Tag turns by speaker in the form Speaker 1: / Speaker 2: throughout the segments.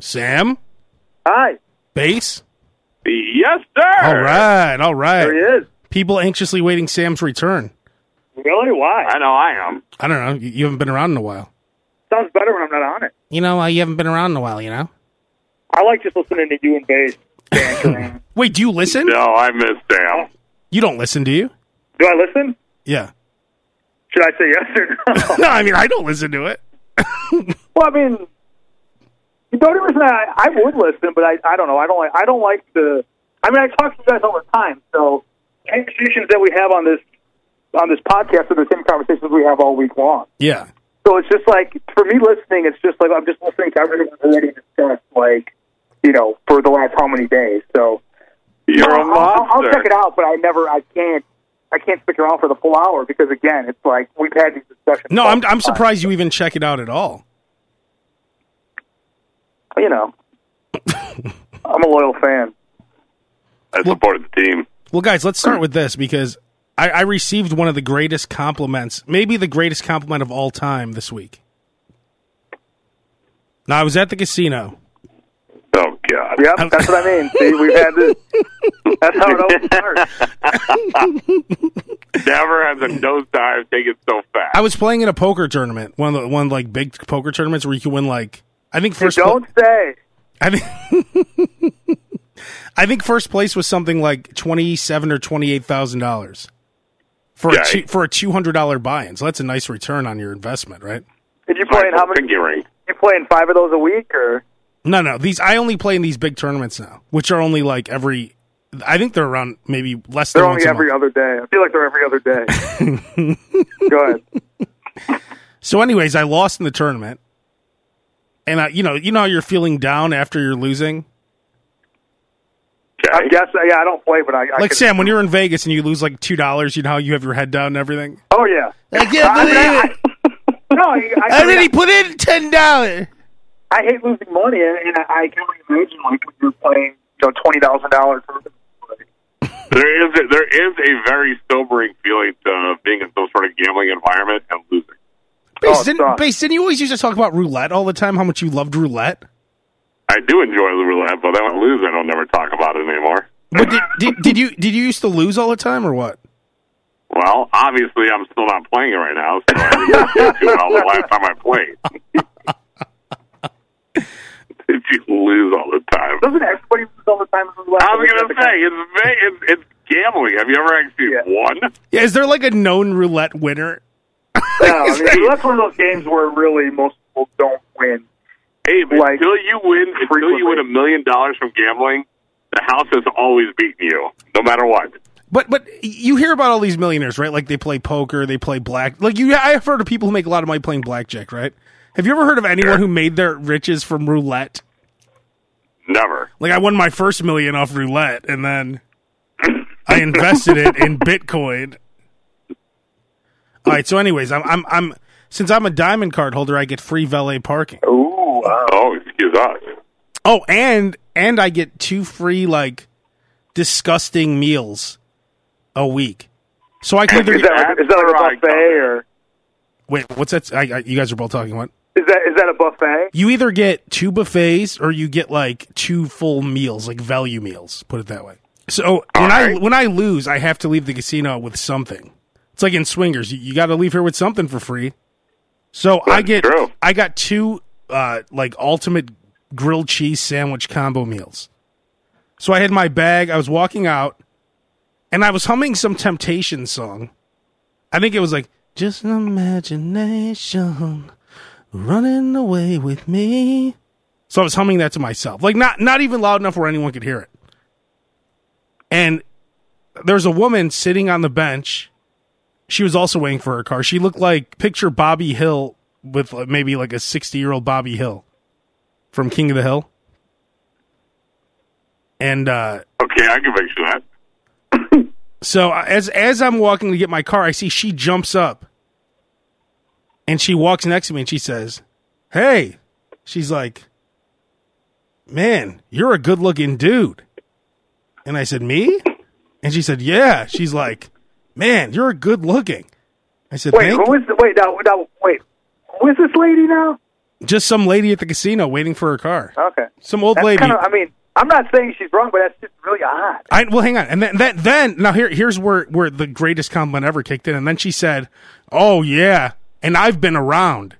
Speaker 1: Sam,
Speaker 2: Hi.
Speaker 1: bass.
Speaker 2: Yes, sir.
Speaker 1: All right, all
Speaker 2: There
Speaker 1: right.
Speaker 2: he is.
Speaker 1: People anxiously waiting Sam's return.
Speaker 2: Really? Why? I know I am.
Speaker 1: I don't know. You you haven't been around in a while.
Speaker 2: Sounds better when I'm not on it.
Speaker 1: You know, uh, you haven't been around in a while. You know.
Speaker 2: I like just listening to you and bass. dance around.
Speaker 1: Wait, do you listen?
Speaker 3: No, I missed Sam.
Speaker 1: You don't listen, do you?
Speaker 2: Do I listen?
Speaker 1: Yeah.
Speaker 2: Should I say yes or no?
Speaker 1: No, I mean I don't listen to it.
Speaker 2: well, I mean, the only reason I, I would listen, but I, I don't know. I don't like. I don't like the. I mean, I talk to you guys all the time, so conversations that we have on this on this podcast are the same conversations we have all week long.
Speaker 1: Yeah.
Speaker 2: So it's just like for me listening, it's just like I'm just listening to everything we've already discussed, like you know, for the last how many days. So
Speaker 3: You're a
Speaker 2: I'll, I'll, I'll
Speaker 3: monster.
Speaker 2: check it out, but I never, I can't, I can't stick around for the full hour because again, it's like we've had these discussions.
Speaker 1: No,
Speaker 2: all
Speaker 1: I'm
Speaker 2: the time.
Speaker 1: I'm surprised you even check it out at all.
Speaker 2: You know, I'm a loyal fan.
Speaker 3: I supported the team.
Speaker 1: Well, guys, let's start with this because I, I received one of the greatest compliments, maybe the greatest compliment of all time this week. Now, I was at the casino.
Speaker 3: Oh God.
Speaker 2: Yep, that's what I mean. See, we've had this. That's how it always starts.
Speaker 3: Never have the nose dive taken so fast.
Speaker 1: I was playing in a poker tournament, one of the one like big poker tournaments where you can win like I think
Speaker 2: You
Speaker 1: first. pla-
Speaker 2: don't say.
Speaker 1: I think I think first place was something like twenty seven or twenty eight thousand dollars for a
Speaker 3: Yikes.
Speaker 1: two, for a two hundred dollar buy in. So that's a nice return on your investment, right?
Speaker 2: Did you play in how many?
Speaker 3: Pinky ring.
Speaker 2: You playing five of those a week, or
Speaker 1: No, no. These I only play in these big tournaments now, which are only like every. I think they're around maybe less than
Speaker 2: they're
Speaker 1: once
Speaker 2: only
Speaker 1: a
Speaker 2: every
Speaker 1: month.
Speaker 2: other day? I feel like they're every other day. Go ahead.
Speaker 1: So, anyways, I lost in the tournament, and I, you know, you know, how you're feeling down after you're losing.
Speaker 3: Okay.
Speaker 2: I guess. uh, Yeah, I don't play, but I, I
Speaker 1: Like
Speaker 2: could-
Speaker 1: Sam, when you're in Vegas and you lose like two dollars, you know how you have your head down and everything.
Speaker 2: Oh yeah.
Speaker 1: I
Speaker 2: I mean, I- I- no, I, I, I, mean,
Speaker 1: put in ten dollars.
Speaker 2: I hate losing money, and, and I, I can only imagine like when you're playing, you know, twenty thousand dollars.
Speaker 3: There is a, there is a very sobering feeling to being in some sort of gambling environment and losing.
Speaker 1: Base,
Speaker 2: Oh,
Speaker 1: didn't,
Speaker 2: sorry.
Speaker 1: Base, didn't you always used to talk about roulette all the time? How much you loved roulette?
Speaker 3: I do enjoy the roulette, but when I lose, I don't never talk about it anymore.
Speaker 1: But did, did, did you did you used to lose all the time or what?
Speaker 3: Well, obviously, I'm still not playing it right now, so I didn't get to it all the last time I played. Did you lose all the time?
Speaker 2: Doesn't everybody lose all the time? in the last
Speaker 3: I was
Speaker 2: week?
Speaker 3: gonna say it's va- it's, it's gambling. Have you ever actually
Speaker 2: Yeah.
Speaker 3: won?
Speaker 1: Yeah, is there like a known roulette winner?
Speaker 2: No, I mean, that's one of those games where really most people don't win.
Speaker 3: Hey, but
Speaker 2: Like,
Speaker 3: until you win, until
Speaker 2: frequently.
Speaker 3: you win a million dollars from gambling, the house has always beaten you, no matter what.
Speaker 1: But but you hear about all these millionaires, right? Like they play poker, they play black. Like you, I've heard of people who make a lot of money playing blackjack, right? Have you ever heard of anyone who made their riches from roulette?
Speaker 3: Never.
Speaker 1: Like I won my first million off roulette, and then I invested it in Bitcoin. All right. So, anyways, I'm I'm, I'm since I'm a diamond card holder, I get free valet parking.
Speaker 2: Ooh, wow.
Speaker 3: Oh, excuse us.
Speaker 1: Oh, and and I get two free like disgusting meals a week. So I can either
Speaker 2: Is
Speaker 1: get-
Speaker 2: that like, is that like a buffet or
Speaker 1: wait. What's that? I, I, you guys are both talking. What?
Speaker 2: is that is that a buffet?
Speaker 1: You either get two buffets or you get like two full meals, like value meals. Put it that way. So when I
Speaker 3: right.
Speaker 1: when I lose, I have to leave the casino with something. It's like in swingers, you, you got to leave here with something for free. So I
Speaker 3: That's
Speaker 1: get
Speaker 3: true.
Speaker 1: I got two uh, like ultimate grilled cheese sandwich combo meals. So I had my bag. I was walking out, and I was humming some Temptation song. I think it was like just an imagination running away with me. So I was humming that to myself, like not not even loud enough where anyone could hear it. And there's a woman sitting on the bench. She was also waiting for her car. She looked like picture Bobby Hill with uh, maybe like a 60 year old Bobby Hill from King of the Hill. And uh,
Speaker 3: Okay, I can picture that.
Speaker 1: so I- as as I'm walking to get my car, I see she jumps up and she walks next to me and she says, "Hey," she's like, "Man, you're a good looking dude." And I said, "Me?" And she said, "Yeah." She's like, "Man, you're good looking." I said,
Speaker 2: Wait,
Speaker 1: Thank
Speaker 2: who is the, wait now, now wait who is this lady now?
Speaker 1: Just some lady at the casino waiting for her car.
Speaker 2: Okay.
Speaker 1: Some old
Speaker 2: Oh, That's
Speaker 1: lady.
Speaker 2: kind of. I mean, I'm not saying she's wrong, but that's just really odd.
Speaker 1: I well, hang on, and then that then now here here's where where the greatest compliment ever kicked in, and then she said, "Oh yeah," and I've been around.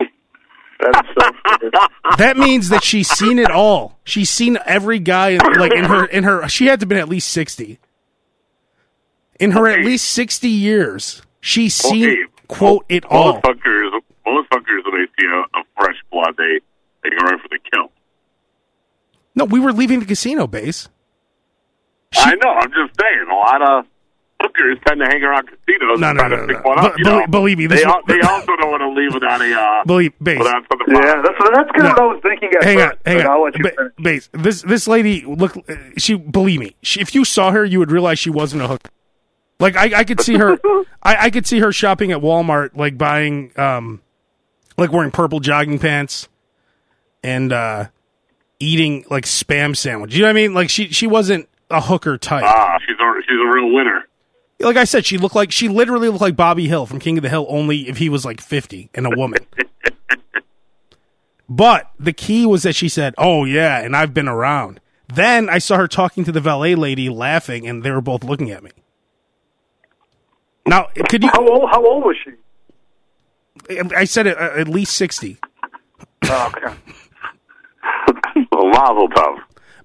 Speaker 4: That's so weird.
Speaker 1: That means that she's seen it all. She's seen every guy like in her in her. She had to have been at least sixty. In her at least sixty years, she's seen
Speaker 3: Okay.
Speaker 1: quote it all.
Speaker 3: Motherfuckers, motherfuckers, when they see a, a fresh blood, they they go right for the kill.
Speaker 1: No, we were leaving the casino base.
Speaker 3: I know. I'm just saying, a lot of hookers tend to hang around casinos
Speaker 1: No,
Speaker 3: and
Speaker 1: no,
Speaker 3: try
Speaker 1: no,
Speaker 3: to
Speaker 1: no.
Speaker 3: pick one up.
Speaker 1: Be-
Speaker 3: you know?
Speaker 1: belie- believe me, this
Speaker 3: they,
Speaker 1: is-
Speaker 3: al- they also don't want to leave without a uh,
Speaker 1: Believe base.
Speaker 3: without something.
Speaker 2: Yeah, that's that's kind of what I was thinking. At
Speaker 1: Hang on,
Speaker 2: first,
Speaker 1: hang
Speaker 2: but I'll
Speaker 1: on.
Speaker 2: let you
Speaker 1: Ba-
Speaker 2: finish.
Speaker 1: base. This this lady look. uh, She believe me. She, if you saw her, you would realize she wasn't a hooker. Like I, I could see her. I, I could see her shopping at Walmart, like buying, um, like wearing purple jogging pants, and uh eating like spam sandwich. You know what I mean? Like she she wasn't a hooker type.
Speaker 3: Ah, she's a, she's a real winner.
Speaker 1: like I said, she looked like she literally looked like Bobby Hill from King of the Hill, only if he was like fifty and a woman. but the key was that she said, "Oh yeah," and I've been around. Then I saw her talking to the valet lady, laughing, and they were both looking at me. Now, could you?
Speaker 2: How old? How old was she?
Speaker 1: I said at, at least sixty.
Speaker 2: Oh, okay.
Speaker 3: A mazel tov.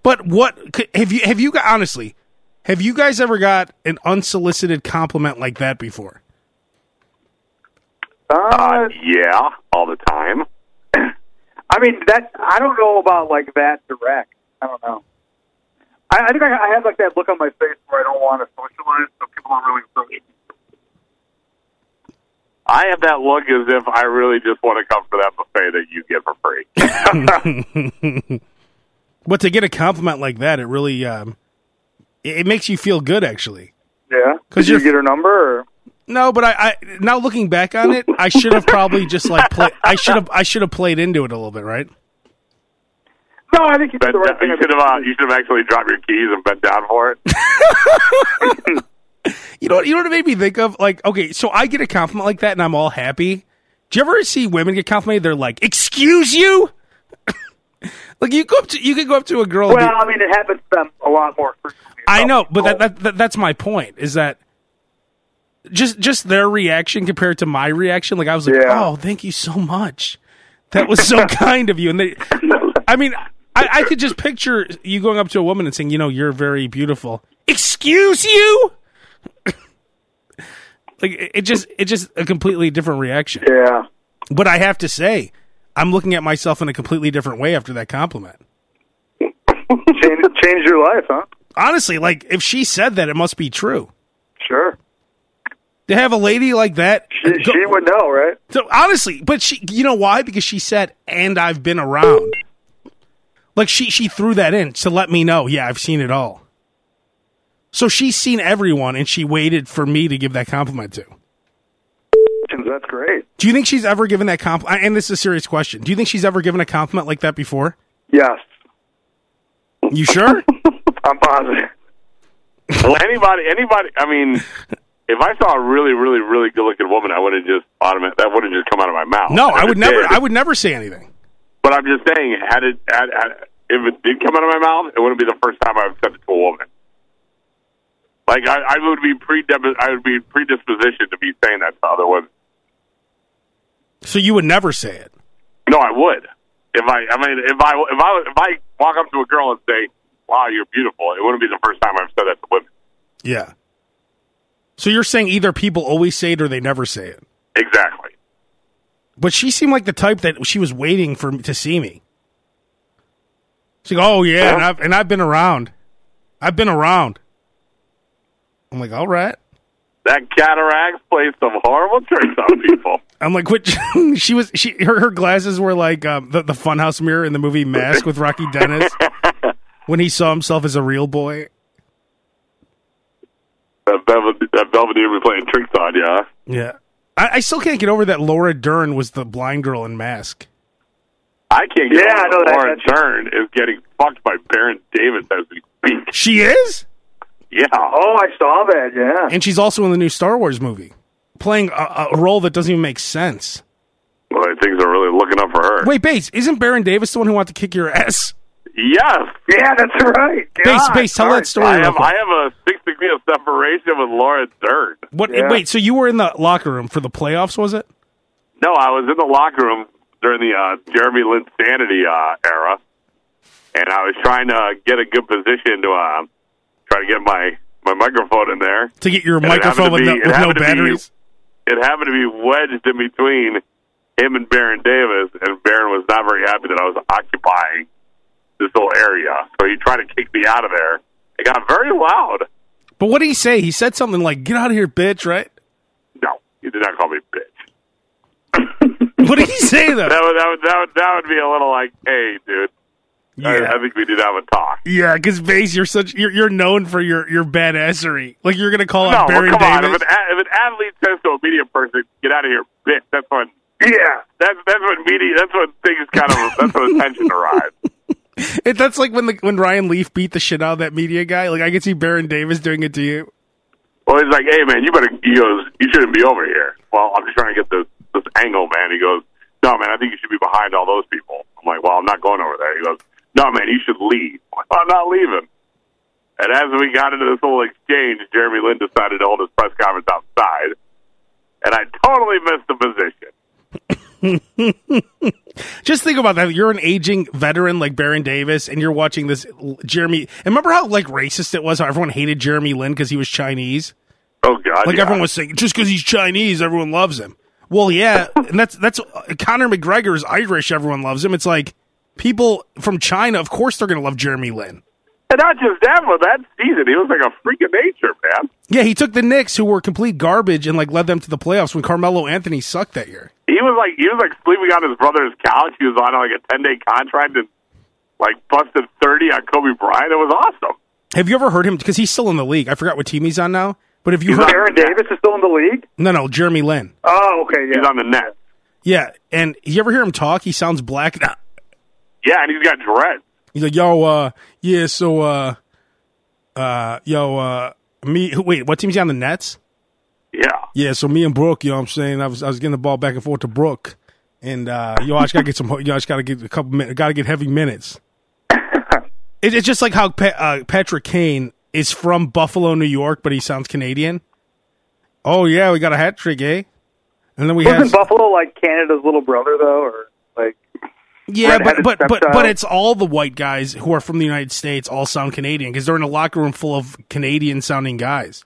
Speaker 1: But what could- have you have you got honestly? Have you guys ever got an unsolicited compliment like that before?
Speaker 2: Uh,
Speaker 3: Yeah, all the time.
Speaker 2: I mean, that I don't know about like that direct. I don't know. I, I think I, I have like that look on my face where I don't want to socialize, so people don't really approach me.
Speaker 3: I have that look as if I really just want to come to that buffet that you get for free.
Speaker 1: But to get a compliment like that, it really um, it, it makes you feel good actually.
Speaker 2: Yeah.
Speaker 1: 'Cause
Speaker 2: Did you
Speaker 1: you're-
Speaker 2: get her number? Or?
Speaker 1: No, but I, I now looking back on it, I should have probably just like play, I should have I should have played into it a little bit, right?
Speaker 2: No, I think you did
Speaker 3: Bent
Speaker 2: the right
Speaker 3: down-
Speaker 2: thing.
Speaker 3: you should have uh, you should have actually dropped your keys and bent down for it.
Speaker 1: You know what you know what it made me think of? Like, okay, so I get a compliment like that and I'm all happy. Do you ever see women get complimented? They're like, excuse you? like you go up to you could go up to a girl and be-
Speaker 2: well, I mean, it happens to them a lot more frequently.
Speaker 1: I know, but that, that, that that's my point is that just just their reaction compared to my reaction. Like I was like,
Speaker 2: Yeah.
Speaker 1: oh, thank you so much. That was so kind of you. And they, I mean, I, I could just picture you going up to a woman and saying, you know, you're very beautiful. Excuse you. like it it just it just a completely different reaction.
Speaker 2: Yeah.
Speaker 1: But I have to say, I'm looking at myself in a completely different way after that compliment.
Speaker 2: Change, change your life, huh?
Speaker 1: Honestly, like if she said that, it must be true.
Speaker 2: Sure.
Speaker 1: To have a lady like that,
Speaker 2: She,
Speaker 1: go-
Speaker 2: she would know, right?
Speaker 1: so honestly, but she, you know why? Because she said, "And I've been around." Like she, she threw that in to let me know. Yeah, I've seen it all. So she's seen everyone, and she waited for me to give that compliment to.
Speaker 2: That's great.
Speaker 1: Do you think she's ever given that compliment? And this is a serious question. Do you think she's ever given a compliment like that before?
Speaker 2: Yes.
Speaker 1: You sure?
Speaker 2: I'm positive.
Speaker 3: Well, anybody, anybody. I mean, if I saw a really, really, really good-looking woman, I wouldn't just automatic. That wouldn't just come out of my mouth.
Speaker 1: No,
Speaker 3: If
Speaker 1: I would
Speaker 3: it
Speaker 1: never.
Speaker 3: did-
Speaker 1: I would never say anything.
Speaker 3: But I'm just saying, had it, had, had, if it did come out of my mouth, it wouldn't be the first time I've said it to a woman. Like I, I would be pre I would be predispositioned to be saying that to other women.
Speaker 1: So you would never say it.
Speaker 3: No, I would. If I, I mean, if I, if I, if I walk up to a girl and say, "Wow, you're beautiful," it wouldn't be the first time I've said that to women.
Speaker 1: Yeah. So you're saying either people always say it or they never say it.
Speaker 3: Exactly.
Speaker 1: But she seemed like the type that she was waiting for to see me. She's like, "Oh yeah, and I've and I've been around. I've been around." I'm like, "All right."
Speaker 3: That cataracts play some horrible tricks on people.
Speaker 1: I'm like, "Which?" she was she her, her glasses were like um, the the funhouse mirror in the movie Mask with Rocky Dennis when he saw himself as a real boy.
Speaker 3: that, Belved- that Belvedere be playing tricks on ya.
Speaker 1: Yeah, I, I still can't get over that Laura Dern was the blind girl in Mask.
Speaker 3: I can't get
Speaker 2: Yeah, I know
Speaker 3: over
Speaker 2: that-
Speaker 3: Lauren
Speaker 2: that's-
Speaker 3: Dern is getting fucked by Baron Davis as we speak.
Speaker 1: She is,
Speaker 3: Yeah.
Speaker 2: Oh, I saw that, yeah.
Speaker 1: and she's also in the new Star Wars movie, playing a, a role that doesn't even make sense.
Speaker 3: Well, like, things are really looking up for her.
Speaker 1: Wait, Bates, isn't Baron Davis the one who wanted to kick your ass?
Speaker 3: Yes.
Speaker 2: Yeah, that's right.
Speaker 1: Bates,
Speaker 2: God,
Speaker 1: Bates, tell
Speaker 2: sorry.
Speaker 1: that story.
Speaker 3: I
Speaker 1: real
Speaker 3: have,
Speaker 1: quick.
Speaker 3: I have a six degree of separation with Laura Dern.
Speaker 1: What?
Speaker 2: Yeah.
Speaker 1: Wait, so you were in the locker room for the playoffs, was it?
Speaker 3: No, I was in the locker room during the uh, Jeremy Lin sanity uh, era, and I was trying to get a good position to uh, try to get my, my microphone in there.
Speaker 1: To get your
Speaker 3: it
Speaker 1: microphone
Speaker 3: happened to
Speaker 1: with, no, with
Speaker 3: be- it
Speaker 1: no
Speaker 3: happened to be-
Speaker 1: batteries?
Speaker 3: It happened to be wedged in between him and Baron Davis, and Baron was not very happy that I was occupying this little area. So he tried to kick me out of there. It got very loud.
Speaker 1: But what did he say? He said something like, get out of here, bitch, right?
Speaker 3: No, he did not call me bitch.
Speaker 1: What did he say, though?
Speaker 3: That would that would that would, that would be a little like, hey, dude. I, I
Speaker 1: yeah.
Speaker 3: think we did have a talk.
Speaker 1: Yeah, because Bates, you're such you're, you're known for your your badassery. Like you're gonna call
Speaker 3: No,
Speaker 1: out
Speaker 3: well,
Speaker 1: Baron
Speaker 3: come on. If
Speaker 1: Davis.
Speaker 3: an, a- if an athlete says to a media person, "Get out of here, bitch," that's when
Speaker 2: Yeah.
Speaker 3: that's that's when media that's when things kind of that's when attention arrives.
Speaker 1: It- that's like when the when Ryan Leaf beat the shit out of that media guy. Like I could see Baron Davis doing it to you.
Speaker 3: Well, he's like, "Hey, man, you better." He goes, "You shouldn't be over here." Well, I'm just trying to get this this angle, man. He goes, "No, man, I think you should be behind all those people." I'm like, "Well, I'm not going over there." He goes, "No, man, you should leave." I'm, like, "Oh, I'm not leaving. And as we got into this little exchange, Jeremy Lin decided to hold his press conference outside, and I totally missed the position.
Speaker 1: Just think about that. You're an aging veteran like Baron Davis, and you're watching this l- Jeremy. And remember how like racist it was? How everyone hated Jeremy Lin because he was Chinese.
Speaker 3: Oh God!
Speaker 1: Like
Speaker 3: yeah.
Speaker 1: everyone was saying, just because he's Chinese, everyone loves him. Well, yeah, and that's that's uh, Conor McGregor is Irish. Everyone loves him. It's like people from China, of course, they're gonna love Jeremy Lin.
Speaker 3: And not just that, but that season, he was like a freak of nature, man.
Speaker 1: Yeah, he took the Knicks, who were complete garbage, and like led them to the playoffs when Carmelo Anthony sucked that year.
Speaker 3: He was like he was like sleeping on his brother's couch. He was on like a ten day contract and like busted thirty on Kobe Bryant. It was awesome.
Speaker 1: Have you ever heard him? Because he's still in the league. I forgot what team he's on now. But if you heard,
Speaker 2: Baron Davis is still in the league?
Speaker 1: no, no, Jeremy Lin.
Speaker 2: Oh, okay,
Speaker 3: He's
Speaker 2: yeah.
Speaker 3: on the net.
Speaker 1: Yeah, and you ever hear him talk? He sounds black. now.
Speaker 3: Yeah, and he's got dreads.
Speaker 1: He's like, yo, uh, yeah, so, uh, uh, yo, uh, me. who- Wait, what team's he on the Nets?
Speaker 3: Yeah.
Speaker 1: Yeah, so me and Brooke, you know what I'm saying? I was I was getting the ball back and forth to Brooke. And uh yo, I just gotta get some yo, I just gotta get a couple minutes gotta get heavy minutes. it, it's just like how pa- uh, Patrick Kane is from Buffalo, New York, but he sounds Canadian. Oh yeah, we got a hat trick, eh? And then we
Speaker 2: Wasn't
Speaker 1: have
Speaker 2: Buffalo like Canada's little brother though, or like?
Speaker 1: yeah, but
Speaker 2: redheaded
Speaker 1: but, but but
Speaker 2: stepchild?
Speaker 1: it's all the white guys who are from the United States all sound Canadian because they're in a locker room full of Canadian sounding guys.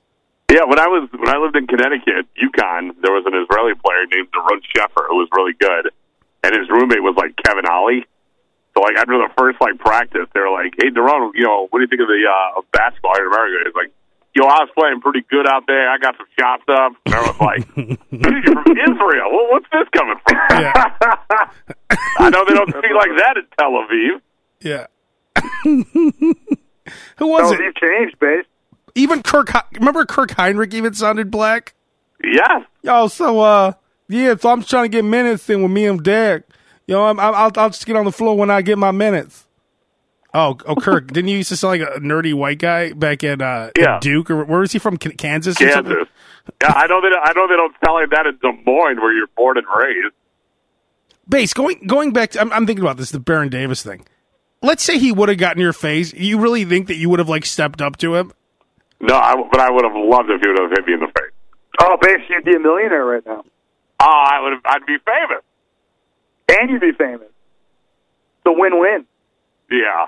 Speaker 3: Yeah, when I was when I lived in Connecticut, Yukon, there was an Israeli player named Daron Sheffer who was really good, and his roommate was like Kevin Ollie. So like after the first like practice, they were like, "Hey, Daron, you know, what do you think of the uh, of basketball here in America?" He's like, "Yo, I was playing pretty good out there. I got some shots up." And I was like, "Dude, you're from Israel. Well, what's this coming from?"
Speaker 1: Yeah.
Speaker 3: I know they don't speak like that in Tel Aviv.
Speaker 1: Yeah. who was
Speaker 2: Oh,
Speaker 1: it?
Speaker 2: he changed, base.
Speaker 1: even Kirk, Hi- remember Kirk Heinrich even sounded black?
Speaker 3: Yes.
Speaker 1: Yo, so, uh, yeah, so I'm just trying to get minutes in with me and Derek. Yo, I'm, I'm, I'll, I'll just get on the floor when I get my minutes. Oh, oh, Kirk, didn't you used to sound like a nerdy white guy back at, uh, at
Speaker 3: Yeah.
Speaker 1: Duke? Or where is he from? K- Kansas? or something?
Speaker 3: Kansas. Yeah, I know they. I know they don't sound like that in Des Moines, where you're born and raised.
Speaker 1: Base, going, going back to, I'm, I'm thinking about this, the Baron Davis thing. Let's say he would have gotten your face. You really think that you would have, like, stepped up to him?
Speaker 3: No, I, but I would have loved if he would have hit me in the face.
Speaker 2: Oh, base, you'd be a millionaire right now,
Speaker 3: Oh, I would. Have, I'd be famous.
Speaker 2: and you'd be famous. It's a win-win.
Speaker 3: Yeah.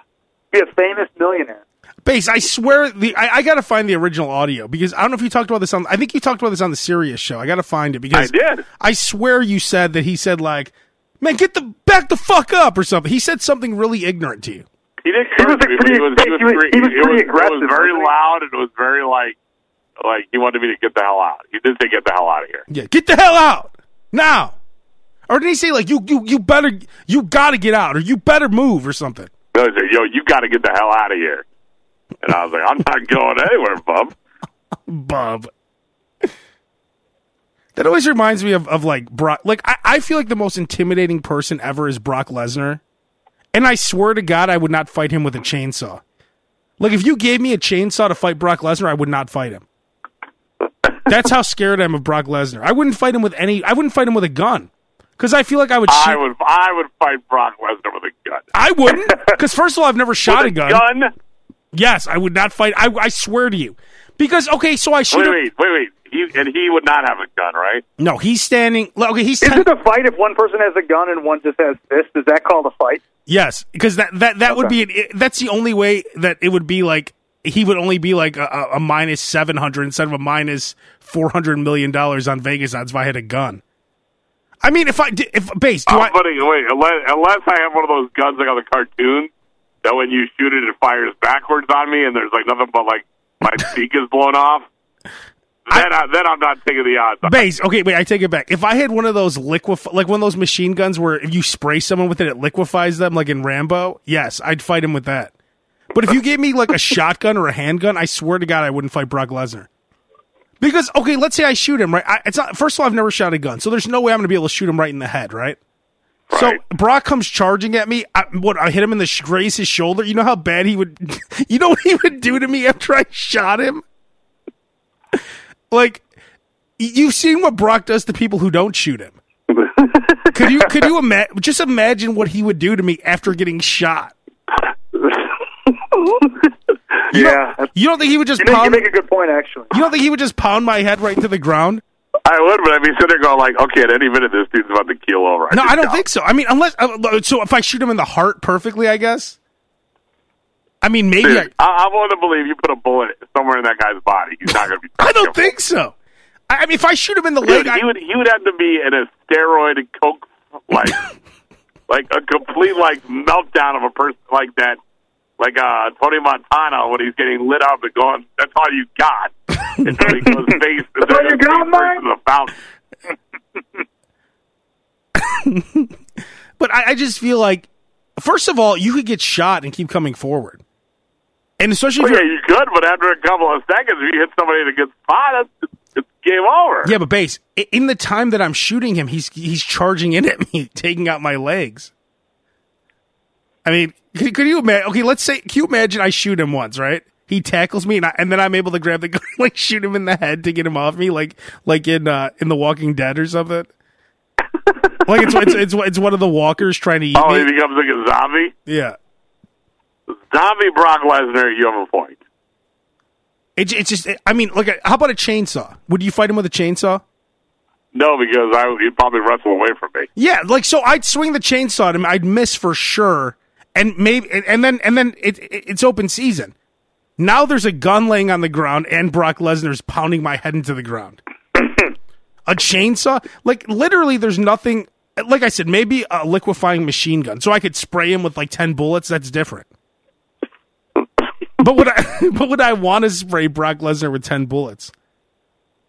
Speaker 2: You'd be a famous millionaire.
Speaker 1: Base, I swear the I, I gotta find the original audio because I don't know if you talked about this on I think you talked about this on the Sirius show. I gotta find it
Speaker 3: I
Speaker 1: because
Speaker 3: did.
Speaker 1: I swear you said that he said like, Man, get the back the fuck up or something. He said something really ignorant to you.
Speaker 3: He didn't.
Speaker 2: He was, like,
Speaker 3: curse me, but
Speaker 2: pretty- he was-
Speaker 3: pretty-
Speaker 2: he was
Speaker 3: it
Speaker 2: pretty
Speaker 3: it
Speaker 2: aggressive,
Speaker 3: was very
Speaker 2: wasn't he?
Speaker 3: loud, and it was very like, like he wanted me to get the hell out. He did say, "Get the hell out of here."
Speaker 1: Yeah, get the hell out now. Or did he say like you you you better you gotta get out or you better move or something?
Speaker 3: No, he said, "Yo, you got to get the hell out of here." And I was like, "I'm not going anywhere, bub."
Speaker 1: Bub. That always reminds me of, of like Brock. Like I, I feel like the most intimidating person ever is Brock Lesnar, and I swear to God, I would not fight him with a chainsaw. Like if you gave me a chainsaw to fight Brock Lesnar, I would not fight him. That's how scared I am of Brock Lesnar. I wouldn't fight him with any. I wouldn't fight him with a gun Because I feel like I would.
Speaker 3: I
Speaker 1: Shoot,
Speaker 3: would I would fight Brock Lesnar with a gun.
Speaker 1: I wouldn't. Because first of all, I've never shot
Speaker 3: With
Speaker 1: a gun.
Speaker 3: gun?
Speaker 1: Yes, I would not fight. I, I swear to you. Because okay, so I shoot.
Speaker 3: Wait,
Speaker 1: a-
Speaker 3: wait, wait, wait. He and he would not have a gun, right?
Speaker 1: No, he's standing. Okay, he's.
Speaker 2: Is
Speaker 1: ten-
Speaker 2: it a fight if one person has a gun and one just has fists? Is that called a fight?
Speaker 1: Yes, because that that that would be
Speaker 2: Okay.
Speaker 1: an, it, that's the only way that it would be like he would only be like a, a- a minus seven hundred instead of a minus four hundred million dollars on Vegas odds if I had a gun. I mean, if I did, if base, do
Speaker 3: I'm
Speaker 1: I?
Speaker 3: putting wait unless, unless I have one of those guns like on the cartoon that when you shoot it, it fires backwards on me, and there's like nothing but like my cheek is blown off. Then I, then I'm not taking the odds.
Speaker 1: Base, okay, wait, I take it back. If I had one of those liquef like one of those machine guns where if you spray someone with it, it liquefies them, like in Rambo. Yes, I'd fight him with that. But if you gave me like a shotgun or a handgun, I swear to God, I wouldn't fight Brock Lesnar. Because okay, let's say I shoot him right. I, it's not first of all, I've never shot a gun, so there's no way I'm going to be able to shoot him right in the head, right? So
Speaker 3: Right.
Speaker 1: Brock comes charging at me. I, what I hit him in the sh- graze his shoulder. You know how bad he would. You know what he would do to me after I shot him. Like y- you've seen what Brock does to people who don't shoot him. could you could you ima- just imagine what he would do to me after getting shot?
Speaker 2: yeah. that's-
Speaker 1: You don't think he would just
Speaker 2: You, make, you
Speaker 1: pound?
Speaker 2: make a good point, actually.
Speaker 1: you don't think he would just pound my head right into the ground?
Speaker 3: I would, but I'd be sitting there going like, okay, at any minute this dude's about to keel over.
Speaker 1: No,
Speaker 3: just
Speaker 1: I don't
Speaker 3: doubt.
Speaker 1: think so. I mean, unless uh, so, if I shoot him in the heart perfectly, I guess. I mean, maybe
Speaker 3: Dude,
Speaker 1: I,
Speaker 3: I, I want to believe you put a bullet somewhere in that guy's body. He's not going to be.
Speaker 1: I don't think so. I, I mean, if I shoot him in the
Speaker 3: Dude,
Speaker 1: leg, I,
Speaker 3: he would he would have to be in a steroid and coke like like a complete like meltdown of a person like that, like uh Tony Montana when he's getting lit up and going, "That's all you got." Until he goes face. That's
Speaker 2: all you got, Mike?
Speaker 3: The fountain.
Speaker 1: but I, I just feel like, first of all, you could get shot and keep coming forward, and especially if
Speaker 3: Well, Oh, yeah,
Speaker 1: you're,
Speaker 3: you could, but after a couple of seconds, if you hit somebody in a good spot, it's, it's game over.
Speaker 1: yeah. But base i- in the time that I'm shooting him, he's he's charging in at me, taking out my legs. I mean, could, could you imagine? Okay, let's say, can you imagine I shoot him once, right? He tackles me, and, I, and then I'm able to grab the gun, like shoot him in the head to get him off me, like like in uh, in The Walking Dead or something. like it's, it's it's it's one of the walkers trying to eat
Speaker 3: Oh,
Speaker 1: me.
Speaker 3: he becomes like a zombie.
Speaker 1: Yeah.
Speaker 3: Zombie Brock Lesnar, you have a point.
Speaker 1: It, it's just, I mean, look, how about a chainsaw? Would you fight him with a chainsaw?
Speaker 3: No, because I he'd probably wrestle away from me.
Speaker 1: Yeah, like so, I'd swing the chainsaw at him. I'd miss for sure, and maybe, and- and then, and then it, it, it's open season. Now there's a gun laying on the ground, and Brock Lesnar's pounding my head into the ground. a chainsaw, like literally, there's nothing. Like I said, maybe a liquefying machine gun, so I could spray him with like ten bullets. That's different. but would I? But would I want to spray Brock Lesnar with ten bullets?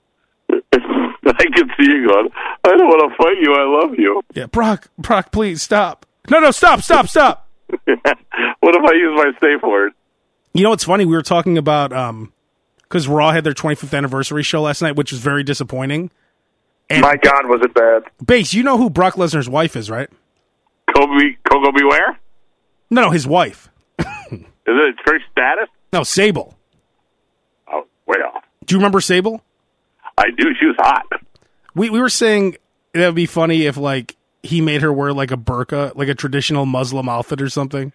Speaker 3: I can see you going, I don't want to fight you. I love you.
Speaker 1: Yeah, Brock, Brock, please stop. No, no, stop, stop, stop.
Speaker 3: what if I use my safe word?
Speaker 1: You know what's funny? We were talking about um because Raw had their 25th anniversary show last night, which was very disappointing.
Speaker 2: My God, was it bad?
Speaker 1: Base, you know who Brock Lesnar's wife is, right?
Speaker 3: Kobe, Kogo Beware? Is
Speaker 1: No, no, his wife.
Speaker 3: it a church status?
Speaker 1: No, Sable.
Speaker 3: Oh, way off.
Speaker 1: Do you remember Sable?
Speaker 3: I do. She was hot.
Speaker 1: We we were saying that would be funny if like he made her wear like a burqa, like a traditional Muslim outfit or something.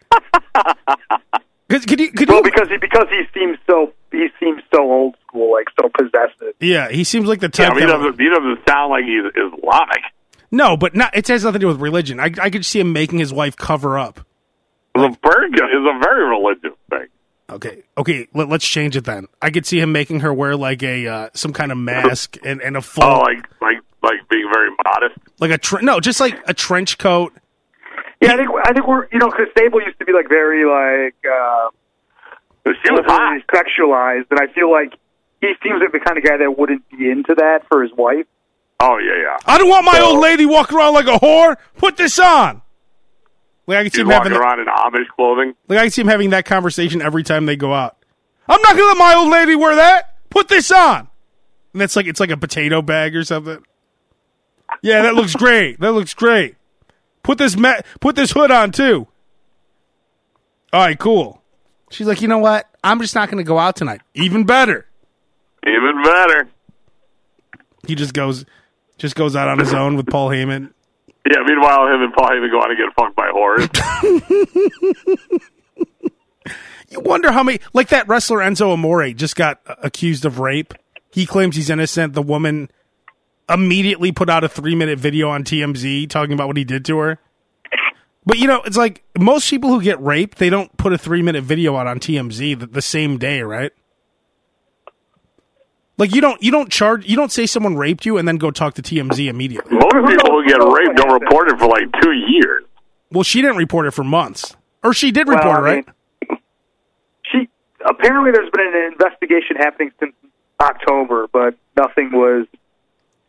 Speaker 1: could, could you could
Speaker 2: Well,
Speaker 1: you
Speaker 2: because he because he seems so he seems so old school, like so possessive.
Speaker 1: Yeah, he seems like the
Speaker 3: Yeah,
Speaker 1: type
Speaker 3: I mean, he
Speaker 1: that-
Speaker 3: doesn't, he doesn't sound like he's Islamic.
Speaker 1: No, but not it has nothing to do with religion. I I could see him making his wife cover up.
Speaker 3: The burqa is a very religious thing.
Speaker 1: Okay, okay. Let, let's change it then. I could see him making her wear like a uh, some kind of mask and, and a full
Speaker 3: Oh, like like like being very modest.
Speaker 1: like a tre- no, just like a trench coat.
Speaker 2: Yeah, I think I think we're you know because Sable used to be like very like uh,
Speaker 3: She was hot.
Speaker 2: overly sexualized, and I feel like he seems like the kind of guy that wouldn't be into that for his wife.
Speaker 3: Oh yeah, yeah.
Speaker 1: I don't want my
Speaker 3: So-
Speaker 1: old lady walking around like a whore. Put this on. Like I can see
Speaker 3: She's
Speaker 1: him having
Speaker 3: walking
Speaker 1: that,
Speaker 3: around in Amish clothing.
Speaker 1: like I can see him having that conversation every time they go out. I'm not gonna let my old lady wear that. Put this on. And that's like it's like a potato bag or something. Yeah, that looks great. That looks great. Put this ma- put this hood on too. All right, cool. She's like, you know what? I'm just not gonna go out tonight. Even better.
Speaker 3: Even better.
Speaker 1: He just goes, just goes out on his own with Paul Heyman.
Speaker 3: Yeah, meanwhile, him and Paul Heyman go out and get fucked by whores.
Speaker 1: You wonder how many, like that wrestler Enzo Amore just got uh, accused of rape. He claims he's innocent. The woman immediately put out a three minute video on TMZ talking about what he did to her. But you know, it's like most people who get raped, they don't put a three minute video out on TMZ the, the same day, right? Like you don't you don't charge you don't say someone raped you and then go talk to TMZ immediately.
Speaker 3: Most people who get raped don't report it for like two years.
Speaker 1: Well, she didn't report it for months, or she did report,
Speaker 2: Well,
Speaker 1: it,
Speaker 2: I
Speaker 1: right?
Speaker 2: mean, she apparently there's been an investigation happening since October, but nothing was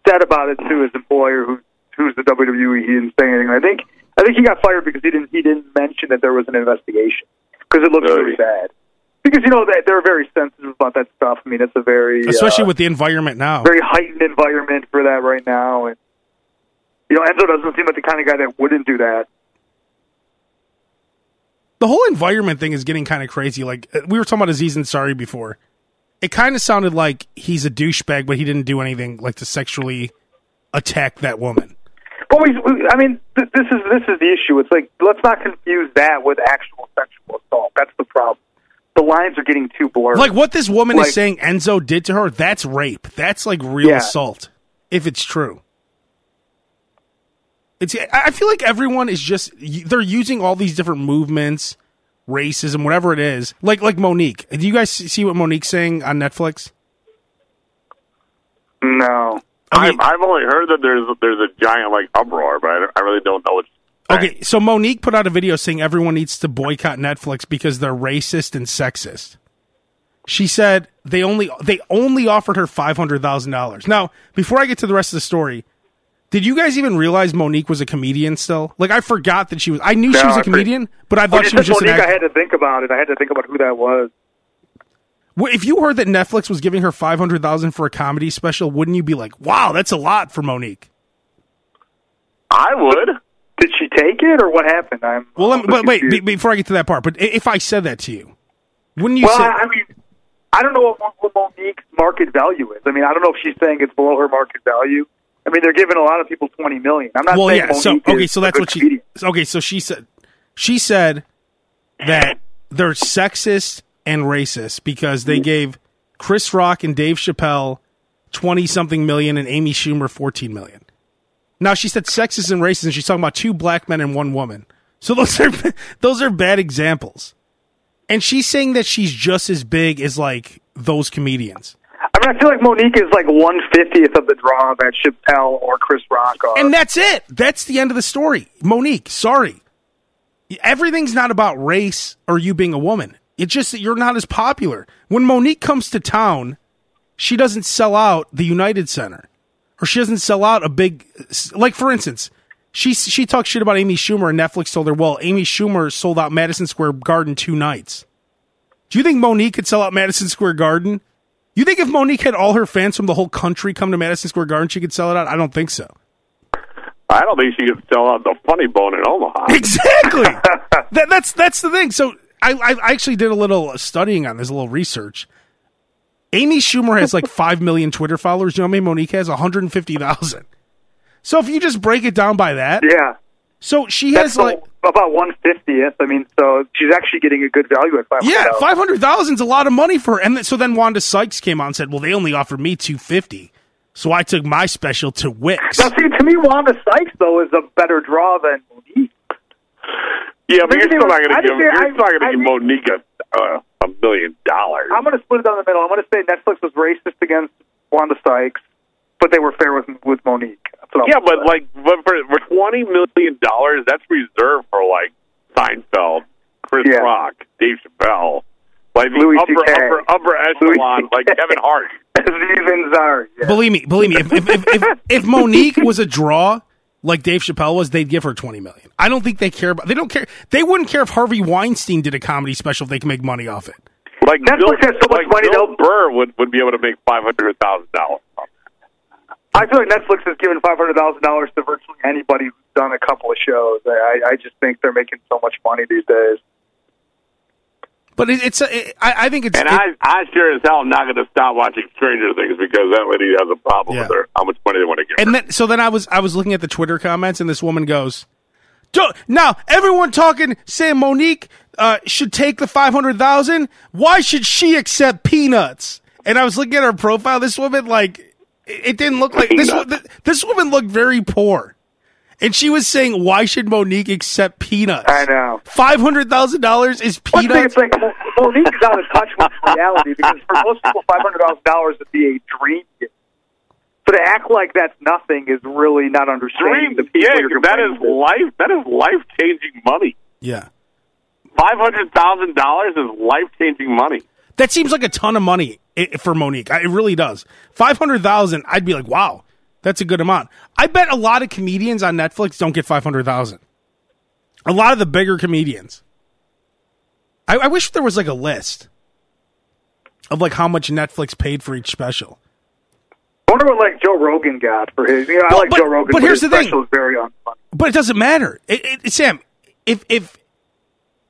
Speaker 2: said about it to his employer, who who's the WWE. He didn't say anything. I think I think he got fired because he didn't he didn't mention that there was an investigation because it looks
Speaker 3: Oh,
Speaker 2: really
Speaker 3: yeah.
Speaker 2: bad. Because you know that they're very sensitive about that stuff. I mean, it's a very
Speaker 1: Especially
Speaker 2: uh,
Speaker 1: with the environment now.
Speaker 2: very heightened environment for that right now, and you know Enzo doesn't seem like the kind of guy that wouldn't do that.
Speaker 1: the whole environment thing is getting kind of crazy. Like uh, we were talking about Aziz Ansari before. It kind of sounded like he's a douchebag, but he didn't do anything like to sexually attack that woman.
Speaker 2: Well, we, we- I mean, th- this is this is the issue. It's like let's not confuse that with actual sexual assault. That's the problem. The lines are getting too blurred.
Speaker 1: Like what this woman
Speaker 2: Like-
Speaker 1: is saying Enzo did to her, that's rape. That's like real
Speaker 2: Yeah.
Speaker 1: assault if it's true. It's I I feel like everyone is just y- they're using all these different movements, racism, whatever it is. Like like Monique. Do you guys see what Monique's saying on Netflix?
Speaker 2: no,
Speaker 1: I
Speaker 3: I
Speaker 1: mean-
Speaker 3: have I've only heard that there's there's a giant like uproar, but I, don't- I really don't know what.
Speaker 1: Okay, so Monique put out a video saying everyone needs to boycott Netflix because they're racist and sexist. She said they only they only offered her five hundred thousand dollars. Now, before I get to the rest of the story, did you guys even realize Monique was a comedian still? Like I forgot that she was I knew she
Speaker 2: No,
Speaker 1: was a
Speaker 2: I pretty-
Speaker 1: comedian, but I
Speaker 2: when
Speaker 1: thought
Speaker 2: you
Speaker 1: she was
Speaker 2: said
Speaker 1: just an
Speaker 2: Monique, I
Speaker 1: actor.
Speaker 2: had to think about it. I had to think about who that was.
Speaker 1: Well, If you heard that Netflix was giving her five hundred thousand for a comedy special, wouldn't you be like, Wow, that's a lot for Monique?
Speaker 3: I would.
Speaker 2: Did she take it or what happened? Oh, I'm
Speaker 1: Well, let me, but wait, be,
Speaker 2: confused.
Speaker 1: before I get to that part, but i- if I said that to you, wouldn't you
Speaker 2: well,
Speaker 1: say
Speaker 2: I, I mean, I don't know what, Mon- what Monique's market value is. I mean, I don't know if she's saying it's below her market value. I mean, they're giving a lot of people twenty million. I'm not
Speaker 1: well,
Speaker 2: saying
Speaker 1: yeah.
Speaker 2: Monique
Speaker 1: So
Speaker 2: is
Speaker 1: okay, so
Speaker 2: a
Speaker 1: that's
Speaker 2: good
Speaker 1: what she.
Speaker 2: comedian.
Speaker 1: Okay, so she said, she said that they're sexist and racist because
Speaker 2: Mm-hmm.
Speaker 1: they gave Chris Rock and Dave Chappelle twenty something million and Amy Schumer fourteen million. Now she said sexist and racist, and she's talking about two black men and one woman. So those are those are bad examples. And she's saying that she's just as big as like those comedians.
Speaker 2: I mean, I feel like Monique is like one fiftieth of the draw that Chappelle or Chris Rock are.
Speaker 1: And that's it. That's the end of the story. Monique, sorry. Everything's not about race or you being a woman. It's just that you're not as popular. When Monique comes to town, she doesn't sell out the United Center or she doesn't sell out a big like for instance, she she talks shit about Amy Schumer and Netflix told her, "Well, Amy Schumer sold out Madison Square Garden two nights." Do you think Monique could sell out Madison Square Garden? You think if Monique had all her fans from the whole country come to Madison Square Garden, she could sell it out? I don't think so.
Speaker 3: I don't think she could sell out the Funny Bone in Omaha.
Speaker 1: Exactly. that, that's that's the thing. So I, I actually did a little studying on this, a little research. Amy Schumer has like five million Twitter followers. You know how many Monique has? One hundred and fifty thousand. So if you just break it down by that,
Speaker 2: yeah,
Speaker 1: so she
Speaker 2: that's
Speaker 1: has like
Speaker 2: the- about one fiftieth. I mean, so she's actually getting a good value at five.
Speaker 1: yeah, five hundred thousand's a lot of money for her. And th- so then Wanda Sykes came out and said, "Well, they only offered me two fifty, so I took my special to Wix."
Speaker 2: Now, see, to me, Wanda Sykes though is a better draw than Monique.
Speaker 3: Yeah, but you're still not going
Speaker 2: I think
Speaker 3: to give
Speaker 2: they-
Speaker 3: you're
Speaker 2: I-
Speaker 3: still not going
Speaker 2: I
Speaker 3: to give
Speaker 2: think-
Speaker 3: Monique a, uh, a million dollars.
Speaker 2: I'm going to split it down the middle. I'm going to say Netflix was racist against Wanda Sykes, but they were fair with with Monique. That's what I'm
Speaker 3: Yeah,
Speaker 2: gonna
Speaker 3: but
Speaker 2: say.
Speaker 3: like, but for, for twenty million dollars, that's reserved for like Seinfeld, Chris
Speaker 2: Yeah.
Speaker 3: Rock, Dave Chappelle, like the
Speaker 2: Louis
Speaker 3: upper,
Speaker 2: CK.
Speaker 3: upper upper echelon,
Speaker 2: Louis
Speaker 3: like
Speaker 2: CK.
Speaker 3: Kevin Hart.
Speaker 2: Steven Zar. Yeah.
Speaker 1: Believe me, believe me. If if, if, if if Monique was a draw like Dave Chappelle was, they'd give her twenty million. I don't think they care about. They don't care. They wouldn't care if Harvey Weinstein did a comedy special if they can make money off it.
Speaker 3: Like
Speaker 2: Netflix
Speaker 3: Bill,
Speaker 2: has so much
Speaker 3: like
Speaker 2: money,
Speaker 3: Bill
Speaker 2: they'll-
Speaker 3: Burr would, would be able to make five hundred thousand dollars.
Speaker 2: I feel like Netflix has given five hundred thousand dollars to virtually anybody who's done a couple of shows. I, I just think they're making so much money these days.
Speaker 1: But it, it's a, it, I, I think it's
Speaker 3: And
Speaker 1: it-
Speaker 3: I, I sure as hell am not going to stop watching Stranger Things because that lady has a problem
Speaker 1: Yeah.
Speaker 3: with her. How much money they want to give
Speaker 1: And
Speaker 3: her?
Speaker 1: then, so then I was I was looking at the Twitter comments, and this woman goes, "Don't now everyone talking saying Monique uh, should take the five hundred thousand. Why should she accept peanuts?" And I was looking at her profile. This woman like it it didn't look like this. wo- th- This woman looked very poor, and she was saying, "Why should Monique accept peanuts?"
Speaker 2: I know.
Speaker 1: Five hundred thousand dollars is
Speaker 2: One thing
Speaker 1: peanuts.
Speaker 2: it's like Mo- Monique is out of touch with reality because for most people, five hundred thousand dollars would be a dream. gift. So to act like that's nothing is really not understanding
Speaker 3: Dream,
Speaker 2: the people
Speaker 3: yeah,
Speaker 2: you're
Speaker 3: that
Speaker 2: complaining
Speaker 3: is
Speaker 2: to.
Speaker 3: life. That is life changing money.
Speaker 1: Yeah,
Speaker 3: Five hundred thousand dollars is life changing money.
Speaker 1: that seems like a ton of money i- for Monique. I- It really does. Five hundred thousand, I'd be like, wow, that's a good amount. I bet a lot of comedians on Netflix don't get five hundred thousand. A lot of the bigger comedians. I, I wish there was like a list of like how much Netflix paid for each special.
Speaker 2: I wonder what like Joe Rogan got for his. You know,
Speaker 1: Well,
Speaker 2: I like
Speaker 1: but-
Speaker 2: Joe Rogan,
Speaker 1: but here's
Speaker 2: his
Speaker 1: the thing.
Speaker 2: special is very unfunny.
Speaker 1: But it doesn't matter. It, it, Sam, if if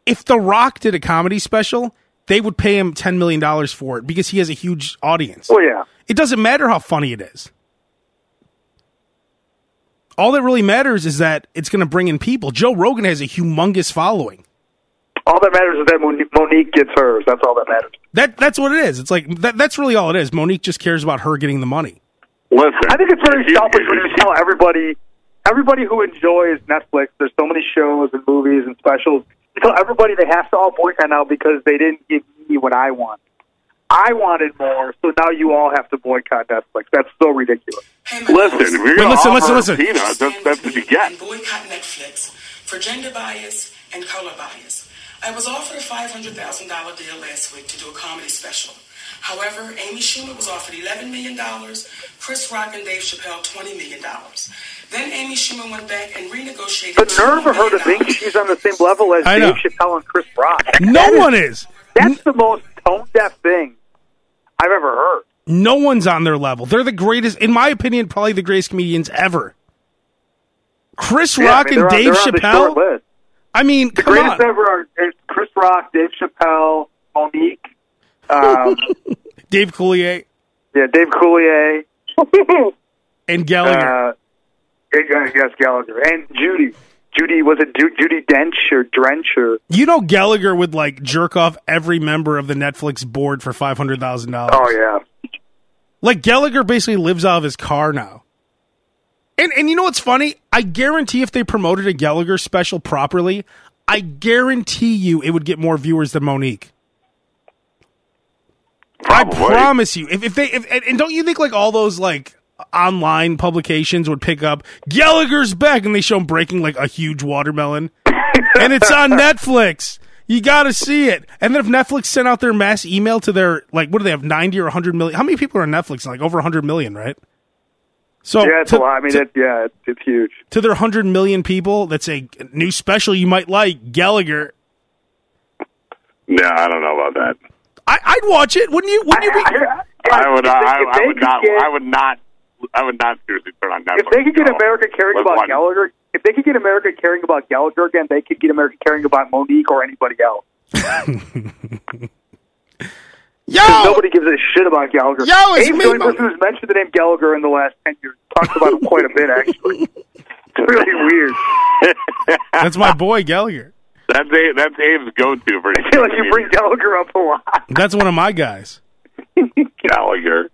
Speaker 1: if The Rock did a comedy special, they would pay him ten million dollars for it because he has a huge audience.
Speaker 2: Well, yeah,
Speaker 1: It doesn't matter how funny it is. All that really matters is that it's going to bring in people. Joe Rogan has a humongous following.
Speaker 2: all that matters is that Monique, Monique gets hers. That's all that matters.
Speaker 1: That that's what it is. It's like that, that's really all it is. Monique just cares about her getting the money.
Speaker 3: Listen,
Speaker 2: I think it's very
Speaker 3: if you-
Speaker 2: selfish when
Speaker 3: if
Speaker 2: you
Speaker 3: you-
Speaker 2: tell everybody, everybody who enjoys Netflix. There's so many shows and movies and specials. You tell everybody they have to all boycott now because they didn't give me what I want. I wanted more, so now you all have to boycott Netflix. That's so ridiculous.
Speaker 3: Listen, if you're
Speaker 1: Wait,
Speaker 3: gonna
Speaker 1: listen,
Speaker 3: offer
Speaker 1: listen, listen.
Speaker 3: peanuts, that's, that's what you get.
Speaker 4: And boycott Netflix for gender bias and color bias. I was offered a $500,000 deal last week to do a comedy special. However, Amy Schumer was offered $11 million, Chris Rock and Dave Chappelle $20 million. Then Amy Schumer went back and renegotiated.
Speaker 2: The nerve of her to
Speaker 4: $20 million.
Speaker 2: think she's on the same level as
Speaker 1: I know.
Speaker 2: Dave Chappelle and Chris Rock.
Speaker 1: No one is.
Speaker 2: That's the most tone deaf thing I've ever heard.
Speaker 1: No one's on their level. They're the greatest, in my opinion, probably the greatest comedians ever. Chris
Speaker 2: Yeah, I
Speaker 1: Rock
Speaker 2: mean,
Speaker 1: and
Speaker 2: they're on-
Speaker 1: Dave
Speaker 2: they're on the short
Speaker 1: Chappelle.
Speaker 2: list.
Speaker 1: I mean, come
Speaker 2: Greatest
Speaker 1: on,
Speaker 2: ever are is Chris Rock, Dave Chappelle, Monique, um,
Speaker 1: Dave Coulier
Speaker 2: yeah, Dave Coulier,
Speaker 1: and Gallagher.
Speaker 2: uh, yes, Gallagher, and Judy. Judy was it Ju- Judy Dench or Drench or
Speaker 1: You know Gallagher would like jerk off every member of the Netflix board for five hundred thousand dollars.
Speaker 2: oh yeah,
Speaker 1: Like Gallagher basically lives out of his car now. And and you know what's funny? I guarantee if they promoted a Gallagher special properly, I guarantee you it would get more viewers than Monique. I
Speaker 3: Probably.
Speaker 1: promise you. If if they if, and, and don't you think like all those like online publications would pick up Gallagher's back and they show him breaking like a huge watermelon and it's on Netflix. You got to see it. And then if Netflix sent out their mass email to their like what do they have 90 or 100 million? How many people are on Netflix? Like over 100 million, right? Oh, So
Speaker 2: yeah. It's
Speaker 1: to,
Speaker 2: a lot. I mean,
Speaker 1: to,
Speaker 2: it, yeah, it's, it's huge.
Speaker 1: to their 100 million people that say new special you might like Gallagher.
Speaker 3: No, I don't know about that.
Speaker 1: I, I'd watch it. Wouldn't you? Wouldn't you? Be,
Speaker 3: I would,
Speaker 2: If
Speaker 3: I,
Speaker 2: they-
Speaker 3: I,
Speaker 2: if they
Speaker 3: would
Speaker 2: could
Speaker 3: not,
Speaker 2: get-
Speaker 3: I would not, I would not seriously turn on Netflix.
Speaker 2: If they could get
Speaker 3: No.
Speaker 2: America caring
Speaker 3: Let's
Speaker 2: about
Speaker 3: watch-
Speaker 2: Gallagher, if they could get America caring about Gallagher again, they could get America caring about Monique or anybody else.
Speaker 1: Yo,
Speaker 2: Nobody gives a shit about Gallagher.
Speaker 1: Yo, it's
Speaker 2: Abe
Speaker 1: me,
Speaker 2: the only
Speaker 1: Mo-
Speaker 2: person who's mentioned the name Gallagher in the last ten years. Talks about him quite a bit, actually. It's really weird.
Speaker 1: that's my boy Gallagher.
Speaker 3: That's a, that's Abe's go-to for.
Speaker 2: I feel like you bring Gallagher up a lot.
Speaker 1: That's one of my guys.
Speaker 3: Gallagher.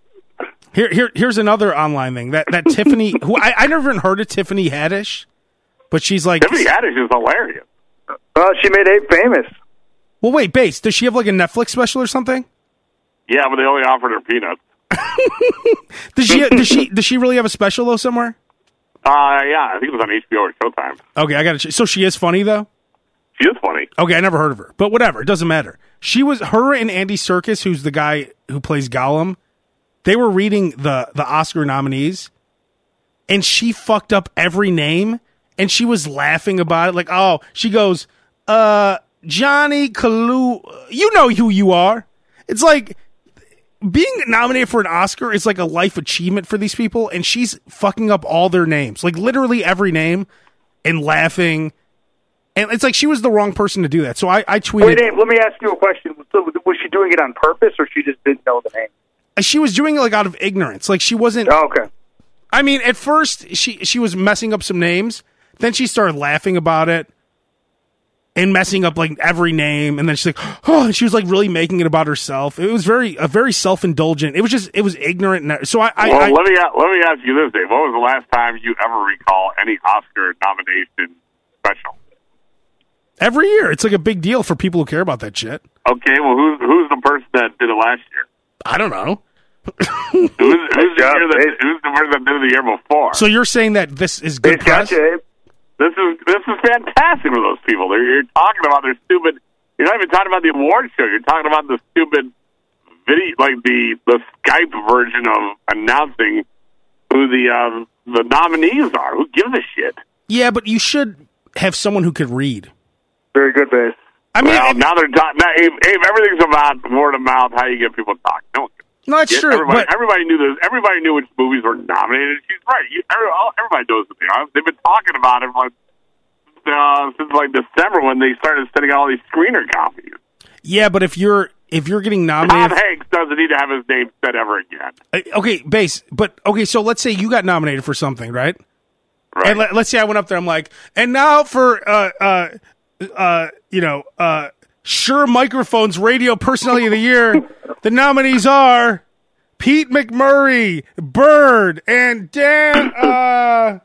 Speaker 1: Here, here, here's another online thing that that Tiffany, who I, I never even heard of Tiffany Haddish, but she's like,
Speaker 3: Tiffany Haddish is hilarious.
Speaker 2: Well, she made Abe famous.
Speaker 1: well, wait, base, does she have like a Netflix special or something?
Speaker 3: Yeah, but they only offered her peanuts.
Speaker 1: Does she, does she, does she really have a special though somewhere?
Speaker 3: Uh, yeah, I think it was on HBO or Showtime.
Speaker 1: Okay, I got to. So she is funny though.
Speaker 3: She is funny.
Speaker 1: Okay, I never heard of her, but whatever, it doesn't matter. She was her and Andy Circus, who's the guy who plays Gollum. They were reading the the Oscar nominees, and she fucked up every name, and she was laughing about it. Like, oh, she goes, uh, Johnny Kalu, you know who you are. It's like being nominated for an Oscar is like a life achievement for these people, and she's fucking up all their names, like literally every name, and laughing And it's like she was the wrong person to do that. So I, I
Speaker 2: Wait,
Speaker 1: tweeted.
Speaker 2: Dave, let me ask you a question. So, was she doing it on purpose, or she just didn't know the name?
Speaker 1: She was doing it like out of ignorance. Like she wasn't.
Speaker 2: Oh, okay.
Speaker 1: I mean, at first she she was messing up some names. Then she started laughing about it and messing up like every name. And then she's like, oh, and she was like really making it about herself. It was very a very self indulgent. It was just it was ignorant. and- So I, I,
Speaker 3: well,
Speaker 1: I
Speaker 3: let me a- let me ask you this, Dave. When was the last time you ever recall any Oscar nomination special?
Speaker 1: every year it's like a big deal for people who care about that shit.
Speaker 3: Okay, well, who's who's the person that did it last year?
Speaker 1: I don't know.
Speaker 3: Who's, who's, the,
Speaker 2: job,
Speaker 3: year that,
Speaker 2: Dave.
Speaker 3: who's the person that did it the year before?
Speaker 1: So you're saying that this is
Speaker 2: Dave,
Speaker 1: good press?
Speaker 2: gotcha.
Speaker 3: This is this is fantastic for those people. They're, you're talking about their stupid. You're not even talking about the award show. You're talking about the stupid video, like the the Skype version of announcing who the um, the nominees are. Who gives a shit?
Speaker 1: Yeah, but you should have someone who could read.
Speaker 2: Very good, Dave.
Speaker 1: I mean,
Speaker 3: well,
Speaker 1: it-
Speaker 3: now they're talking. Now, Abe, Abe, everything's about word of mouth. How you get people to talk. No one gives a
Speaker 1: no, that's
Speaker 3: shit.
Speaker 1: true.
Speaker 3: Everybody,
Speaker 1: but
Speaker 3: everybody knew this. Everybody knew which movies were nominated. She's right. You, every, all, everybody knows what they are. They've been talking about it like, uh, since like December when they started sending out all these screener copies.
Speaker 1: yeah, but if you're if you're getting
Speaker 3: Tom
Speaker 1: nominated,
Speaker 3: Hanks doesn't need to have his name said ever again.
Speaker 1: Uh, okay, base, but okay. So let's say you got nominated for something, right?
Speaker 3: Right.
Speaker 1: And let, let's say I went up there. I'm like, and now for uh uh uh you know uh sure microphones radio personality of the year. The nominees are Pete McMurray, Bird, and Dan uh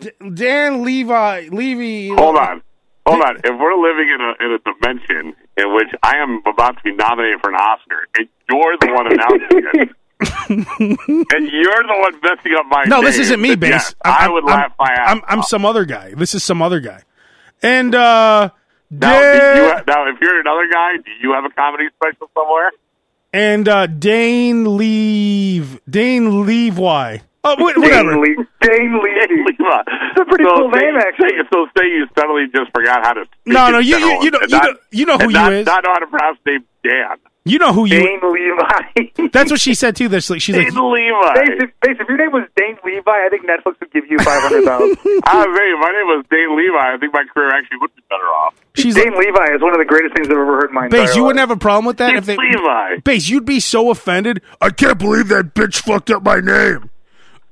Speaker 1: D- Dan Levi Levy.
Speaker 3: Hold on. Hold on. If we're living in a in a dimension in which I am about to be nominated for an Oscar, and you're the one announcing it, and you're the one messing up my
Speaker 1: No,
Speaker 3: name,
Speaker 1: this isn't me,
Speaker 3: then
Speaker 1: Base.
Speaker 3: yes, I would laugh my ass.
Speaker 1: I'm, I'm some other guy. This is some other guy. And uh
Speaker 3: now,
Speaker 1: Dan-
Speaker 3: do you ha- now, if you're another guy, do you have a comedy special somewhere?
Speaker 1: and uh Dane Leave Dane Levi. Oh, wait, whatever.
Speaker 2: Dane, Le- Dane Levy.
Speaker 3: It's
Speaker 2: a pretty cool
Speaker 3: say,
Speaker 2: name, actually.
Speaker 3: Say, so say you suddenly just forgot how to. speak
Speaker 1: No,
Speaker 3: in
Speaker 1: no, you- you-
Speaker 3: general
Speaker 1: you know-
Speaker 3: and
Speaker 1: you
Speaker 3: not-
Speaker 1: know- you know who
Speaker 3: and
Speaker 1: you
Speaker 3: not,
Speaker 1: is.
Speaker 3: Not know how to pronounce name Dan.
Speaker 1: You know who you.
Speaker 2: Dane Levi.
Speaker 1: That's what she said too. This like she's like,
Speaker 3: Dan Levi.
Speaker 2: Dave, if, Dave, if your name was Dane Levi, I think Netflix would give you five hundred dollars.
Speaker 3: I was saying, if Ah, my name was Dane Levi, I think my career actually would be better off.
Speaker 1: she's
Speaker 2: Dane
Speaker 1: like,
Speaker 2: Levi is one of the greatest things I've ever heard in my entire
Speaker 1: Baze, you
Speaker 2: life.
Speaker 1: wouldn't have a problem with that
Speaker 3: Dane
Speaker 1: if they.
Speaker 3: Levi.
Speaker 1: Baze, you'd be so offended. I can't believe that bitch fucked up my name.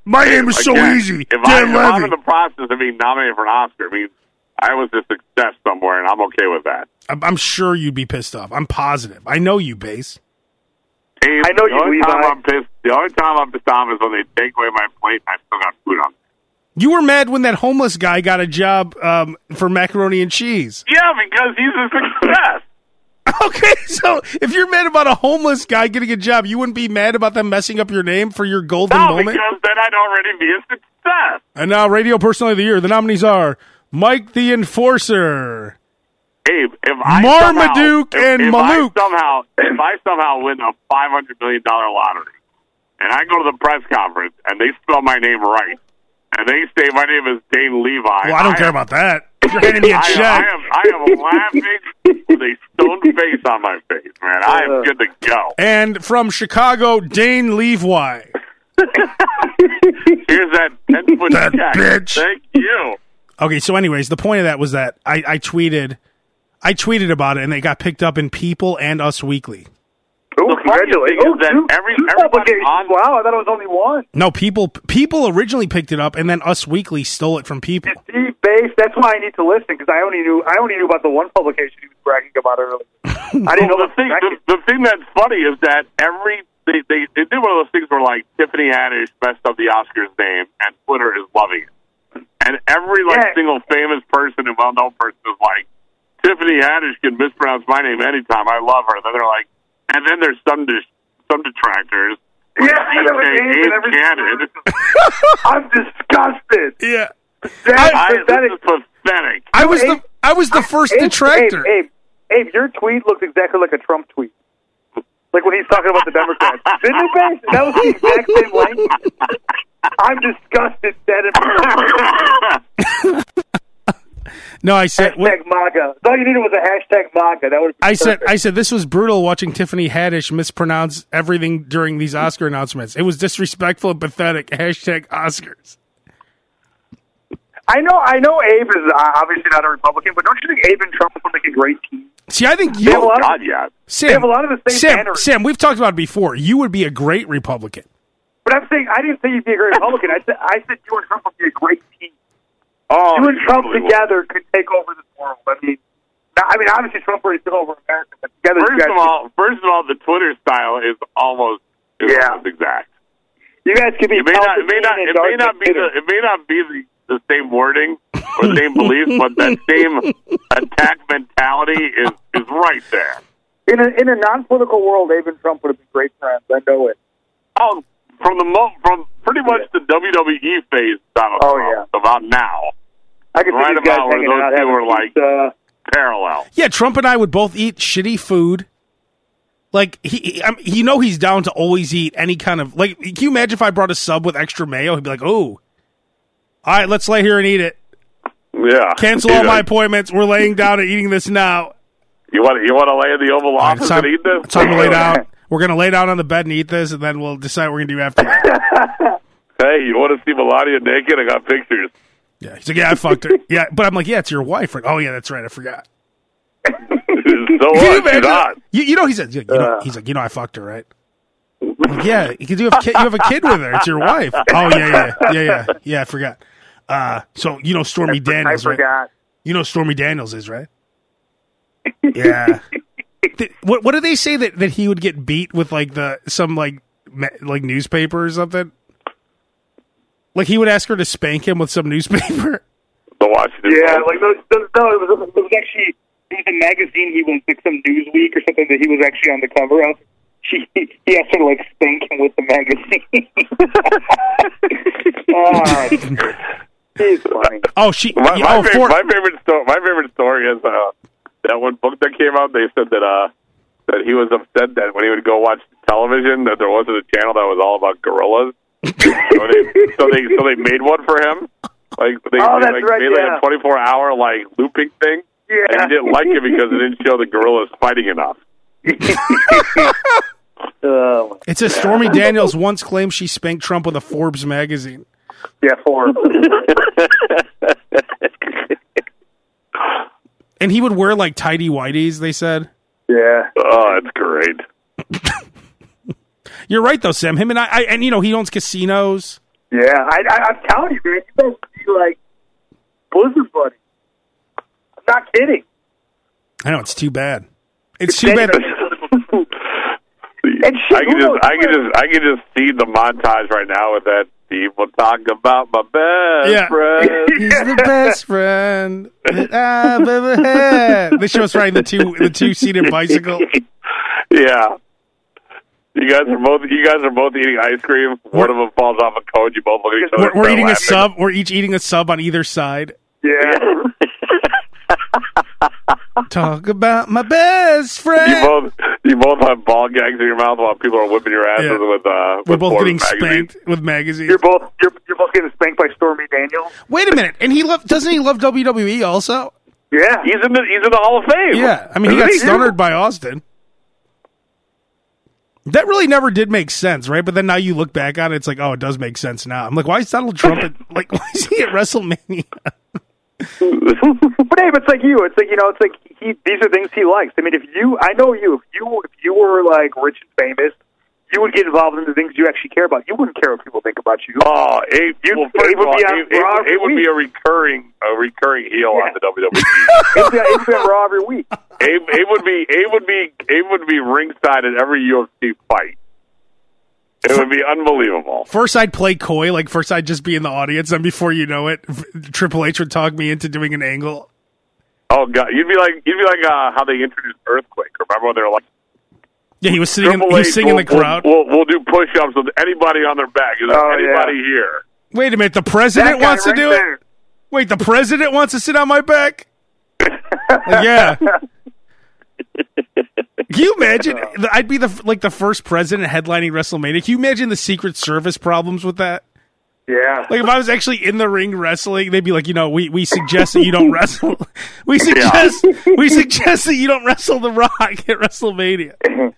Speaker 1: My name is so
Speaker 3: Again,
Speaker 1: easy.
Speaker 3: If, I,
Speaker 1: Dan
Speaker 3: if I'm
Speaker 1: Levy.
Speaker 3: in the process of being nominated for an Oscar, it means I was a success somewhere, and I'm okay with that.
Speaker 1: I'm, I'm sure you'd be pissed off. I'm positive. I know you, Baze.
Speaker 3: Dave,
Speaker 2: I know
Speaker 3: the
Speaker 2: you,
Speaker 3: only
Speaker 2: Levi.
Speaker 3: time I'm pissed. The only time I'm pissed off is when they take away my plate, and I still got food on.
Speaker 1: You were mad when that homeless guy got a job um, for macaroni and cheese.
Speaker 3: Yeah, because he's a success.
Speaker 1: Okay, so if you're mad about a homeless guy getting a job, you wouldn't be mad about them messing up your name for your golden
Speaker 3: no,
Speaker 1: moment.
Speaker 3: because then I'd already be a success.
Speaker 1: And now, radio personality of the year. The nominees are Mike the Enforcer.
Speaker 3: Abe, if I
Speaker 1: Marmaduke
Speaker 3: somehow, if,
Speaker 1: and
Speaker 3: if
Speaker 1: Malouk.
Speaker 3: I somehow, if I somehow win a five hundred million dollar lottery, and I go to the press conference and they spell my name right, and they say my name is Dane Levi,
Speaker 1: Well, I don't care about that. If you're handing me a
Speaker 3: I,
Speaker 1: check.
Speaker 3: I am, I am laughing with a stone face on my face, man. I am good to go.
Speaker 1: and from Chicago, Dane Levi.
Speaker 3: Here's that ten foot
Speaker 1: That
Speaker 3: check.
Speaker 1: bitch.
Speaker 3: Thank you.
Speaker 1: Okay, so anyways, the point of that was that I, I tweeted, I tweeted about it, and it got picked up in People and Us Weekly.
Speaker 2: Ooh,
Speaker 3: The funniest
Speaker 2: congratulations!
Speaker 3: thing is that
Speaker 2: Ooh, two-
Speaker 3: every-
Speaker 2: two
Speaker 3: everybody
Speaker 2: applications.
Speaker 3: on-
Speaker 2: Wow, I thought it was only one.
Speaker 1: No, people, people originally picked it up, and then Us Weekly stole it from People.
Speaker 2: See, base. That's why I need to listen because I only knew I only knew about the one publication he was bragging about earlier. I didn't know
Speaker 3: Well, the
Speaker 2: about
Speaker 3: thing,
Speaker 2: second.
Speaker 3: the, the thing that's funny is that every they, they they did one of those things where like Tiffany Haddish messed up the Oscars name, and Twitter is loving it, and every like
Speaker 2: Yeah.
Speaker 3: single famous person and well known person is like Tiffany Haddish can mispronounce my name anytime. I love her. Then they're like, and then there's some dis- some detractors. like
Speaker 2: Yeah, I know
Speaker 3: DJ
Speaker 2: his name and
Speaker 3: Abe
Speaker 2: every-
Speaker 3: Cannon.
Speaker 2: I'm disgusted.
Speaker 1: Yeah,
Speaker 2: That's
Speaker 3: I,
Speaker 2: pathetic.
Speaker 3: this is pathetic.
Speaker 1: I was the, I was the first
Speaker 2: Abe,
Speaker 1: detractor.
Speaker 2: Abe, Abe, Abe, your tweet looks exactly like a Trump tweet. Like when he's talking about the Democrats. Didn't it, Bass? That was the exact same language. I'm disgusted. That
Speaker 1: No, I said,
Speaker 2: hashtag MAGA. All you needed was a hashtag MAGA. That would.
Speaker 1: I said, I said, this was brutal watching Tiffany Haddish mispronounce everything during these Oscar announcements. It was disrespectful and pathetic. Hashtag Oscars.
Speaker 2: I know, I know. Abe is uh, obviously not a Republican, but don't you think Abe and Trump would make a great team?
Speaker 1: See, I think
Speaker 2: They have a
Speaker 1: you,
Speaker 2: lot
Speaker 3: Oh, God,
Speaker 2: of,
Speaker 3: yeah.
Speaker 1: Sam,
Speaker 2: they have a lot of the same
Speaker 1: Sam,
Speaker 2: mannerisms.
Speaker 1: Sam, we've talked about it before. You would be a great Republican.
Speaker 2: But I'm saying I didn't say you'd be a great Republican. I said I said you and Trump would be a great team.
Speaker 3: Oh,
Speaker 2: you and Trump
Speaker 3: unbelievable.
Speaker 2: together could take over this world. I mean, now- I mean, obviously Trump already took over America, but together you
Speaker 3: First
Speaker 2: guys,
Speaker 3: of all, first of all, the Twitter style is almost is
Speaker 2: Yeah.
Speaker 3: almost exact.
Speaker 2: you guys could be.
Speaker 3: It may not, it may not,
Speaker 2: Palpatine
Speaker 3: it
Speaker 2: and Darth
Speaker 3: may not be the,
Speaker 2: Vader.
Speaker 3: it may not be the, the same wording or the same beliefs, but that same attack mentality is is right there.
Speaker 2: in a in a non-political world. Abe and Trump would have been great friends. I know it.
Speaker 3: Oh, from the mo- from pretty much the WWE phase, Donald
Speaker 2: Oh,
Speaker 3: Trump, about now
Speaker 2: I could
Speaker 3: Right
Speaker 2: see these guys
Speaker 3: about where
Speaker 2: hanging
Speaker 3: those
Speaker 2: out
Speaker 3: two
Speaker 2: having
Speaker 3: were like-
Speaker 2: pizza.
Speaker 3: parallel.
Speaker 1: Yeah, Trump and I would both eat shitty food. Like he, he I mean, you know, he's down to always eat any kind of like. Can you imagine if I brought a sub with extra mayo? He'd be like, "Oh, all right, let's lay here and eat it.
Speaker 3: Yeah,
Speaker 1: Cancel all my appointments. We're laying down and eating this now.
Speaker 3: You want you want to lay in the Oval
Speaker 1: All right,
Speaker 3: Office
Speaker 1: time,
Speaker 3: and eat this?
Speaker 1: time to lay down. We're gonna lay down on the bed and eat this, and then we'll decide what we're gonna do after that."
Speaker 3: Hey, you want to see Melania naked? I got pictures.
Speaker 1: yeah, he's like, "Yeah, I fucked her." Yeah, but I'm like, "Yeah, it's your wife." Right? Oh yeah, that's right. I forgot.
Speaker 3: so
Speaker 1: Can you
Speaker 3: what? You're
Speaker 1: imagine?
Speaker 3: not.
Speaker 1: You, you know, he's like, you know, he's like, you know, I fucked her, right? Like, yeah, because you have ki- you have a kid with her. It's your wife. Oh yeah, yeah, yeah, yeah, yeah. I forgot. Uh, so you know Stormy
Speaker 2: I
Speaker 1: Daniels, right?
Speaker 2: forgot.
Speaker 1: You know Stormy Daniels is right. Yeah. Th- what What did they say that that he would get beat with like the some like ma- like newspaper or something? Like he would ask her to spank him with some newspaper.
Speaker 3: The Washington.
Speaker 2: Yeah,
Speaker 3: Post.
Speaker 2: like those, those, no, it was, it was actually it was a magazine he was like some Newsweek or something that he was actually on the cover of. She he asked her to like spank him with the magazine. oh, he's funny.
Speaker 1: Oh, she.
Speaker 3: My,
Speaker 1: yeah,
Speaker 3: my,
Speaker 1: oh,
Speaker 3: favorite,
Speaker 1: for-
Speaker 3: my favorite story. My favorite story is uh, that one book that came out. They said that uh, that he was upset that when he would go watch television, that there wasn't a channel that was all about gorillas. so, they, so they so they made one for him. Like they,
Speaker 2: Oh,
Speaker 3: they,
Speaker 2: that's
Speaker 3: like,
Speaker 2: right,
Speaker 3: made like
Speaker 2: yeah.
Speaker 3: a twenty four hour like looping thing. And he
Speaker 2: Yeah.
Speaker 3: didn't like it because it didn't show the gorillas fighting enough.
Speaker 2: Uh,
Speaker 1: It says Stormy Daniels once claimed she spanked Trump with a Forbes magazine.
Speaker 2: yeah, for
Speaker 1: And he would wear like tidy whities, they said.
Speaker 2: yeah.
Speaker 3: Oh, that's great.
Speaker 1: You're right though, Sam. Him and I, I and you know, he owns casinos.
Speaker 2: Yeah, I, I, I'm telling you, man, you guys would be like bosom buddies. I'm not kidding.
Speaker 1: I know it's too bad. It's too bad.
Speaker 2: And shit,
Speaker 3: I can
Speaker 2: who
Speaker 3: just,
Speaker 2: knows?
Speaker 3: I can just, I can just see the montage right now with that. People talk about my best
Speaker 1: Yeah.
Speaker 3: friend.
Speaker 1: He's the best friend that I've ever had. They show us riding the two the two seated bicycle.
Speaker 3: yeah. You guys are both, you guys are both eating ice cream. One of them falls off a cone. You both look at each other.
Speaker 1: We're, we're
Speaker 3: and start
Speaker 1: eating a
Speaker 3: laughing.
Speaker 1: sub. We're each eating a sub on either side.
Speaker 2: Yeah.
Speaker 1: Talk about my best
Speaker 3: You
Speaker 1: friend.
Speaker 3: both, you both have ball gags in your mouth while people are whipping your asses
Speaker 1: Yeah.
Speaker 3: with, uh,
Speaker 1: We're
Speaker 3: with
Speaker 1: both
Speaker 3: Forbes
Speaker 1: getting
Speaker 3: magazine.
Speaker 1: spanked with magazines.
Speaker 2: You're both you're, you're both getting spanked by Stormy Daniels.
Speaker 1: Wait a minute, and he love doesn't he love WWE also?
Speaker 2: Yeah,
Speaker 3: He's in the, he's in the Hall of Fame.
Speaker 1: Yeah, I mean, he got
Speaker 3: Isn't
Speaker 1: stunnered by Austin. That really never did make sense, right? But then now you look back on it, it's like, oh, it does make sense now. I'm like, why is Donald Trump at, like, why is he at WrestleMania?
Speaker 2: but hey, but it's like you. It's like you know. It's like he. These are things he likes. I mean, if you, I know you. If you, if you were like rich and famous, you would get involved in the things you actually care about. You wouldn't care what people think about you.
Speaker 3: Oh, Abe,
Speaker 2: You-
Speaker 3: well, first
Speaker 2: Abe
Speaker 3: of
Speaker 2: would
Speaker 3: all,
Speaker 2: be on
Speaker 3: Abe, Abe-
Speaker 2: Raw every
Speaker 3: Abe would be
Speaker 2: week.
Speaker 3: a recurring, a recurring heel on
Speaker 2: Yeah.
Speaker 3: the E WWE.
Speaker 2: It's been, it's been raw every week.
Speaker 3: Abe, Abe would be Abe would be Abe would be ringside at every UFC fight. It would be unbelievable.
Speaker 1: First, I'd play coy, like first I'd just be in the audience, and before you know it, v- Triple H would talk me into doing an angle.
Speaker 3: Oh god, you'd be like you'd be like uh, how they introduced earthquake. Remember when they were like
Speaker 1: Yeah, he was sitting, in,
Speaker 3: Triple
Speaker 1: he was
Speaker 3: H,
Speaker 1: singing in the
Speaker 3: we'll-
Speaker 1: crowd.
Speaker 3: We'll, we'll, we'll do push-ups with anybody on their back. Is
Speaker 2: Oh, yeah.
Speaker 3: anybody here?
Speaker 1: Wait a minute, the
Speaker 2: That
Speaker 1: president
Speaker 2: guy
Speaker 1: wants to
Speaker 2: right
Speaker 1: do
Speaker 2: there.
Speaker 1: it. Wait, the president wants to sit on my back. Like, yeah. Can you imagine? I'd be the like the first president headlining WrestleMania. Can you imagine the Secret Service problems with that?
Speaker 2: Yeah.
Speaker 1: Like if I was actually in the ring wrestling, they'd be like, you know, we we suggest that you don't wrestle. We suggest we suggest that you don't wrestle The Rock at WrestleMania.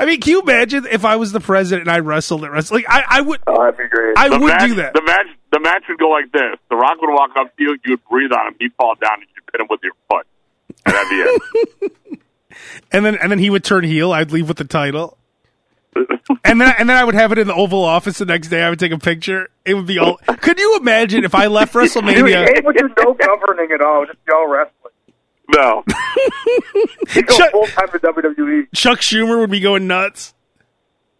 Speaker 1: I mean, can you imagine if I was the president and I wrestled at wrestling? Like I, I would
Speaker 2: oh, that'd be great.
Speaker 1: I
Speaker 3: The
Speaker 1: would
Speaker 3: match,
Speaker 1: do that.
Speaker 3: The match the match would go like this: The Rock would walk up to you, you would breathe on him, he'd fall down, and you'd hit him with your foot, and that'd be it.
Speaker 1: and then and then he would turn heel. I'd leave with the title, and then and then I would have it in the Oval Office the next day. I would take a picture. It would be all. Could you imagine if I left
Speaker 2: Dude,
Speaker 1: WrestleMania?
Speaker 2: Abe would do no governing at all, just all wrestling.
Speaker 3: No,
Speaker 2: He'd go
Speaker 1: Chuck-
Speaker 2: full time to WWE.
Speaker 1: Chuck Schumer would be going nuts.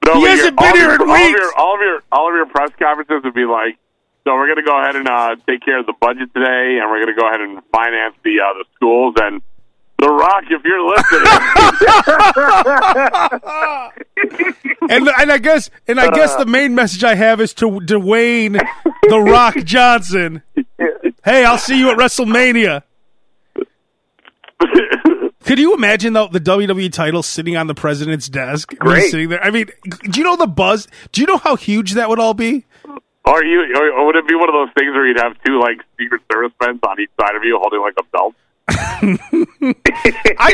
Speaker 3: no
Speaker 1: He
Speaker 3: like
Speaker 1: hasn't been
Speaker 3: your- all
Speaker 1: here
Speaker 3: of
Speaker 1: in
Speaker 3: your- all of
Speaker 1: weeks.
Speaker 3: your- All of your all of your press conferences would be like, "So we're going to go ahead and uh, take care of the budget today, and we're going to go ahead and finance the uh, the schools and." The Rock, if you're listening,
Speaker 1: And and I guess and I guess the main message I have is to Dwayne the Rock Johnson. Hey, I'll see you at WrestleMania. Could you imagine though the WWE title sitting on the president's desk? Me
Speaker 2: Great.
Speaker 1: sitting there. I mean, do you know the buzz? Do you know how huge that would all be?
Speaker 3: or you, or, or would it be one of those things where you'd have two like Secret Service men on each side of you holding like a belt?
Speaker 1: I,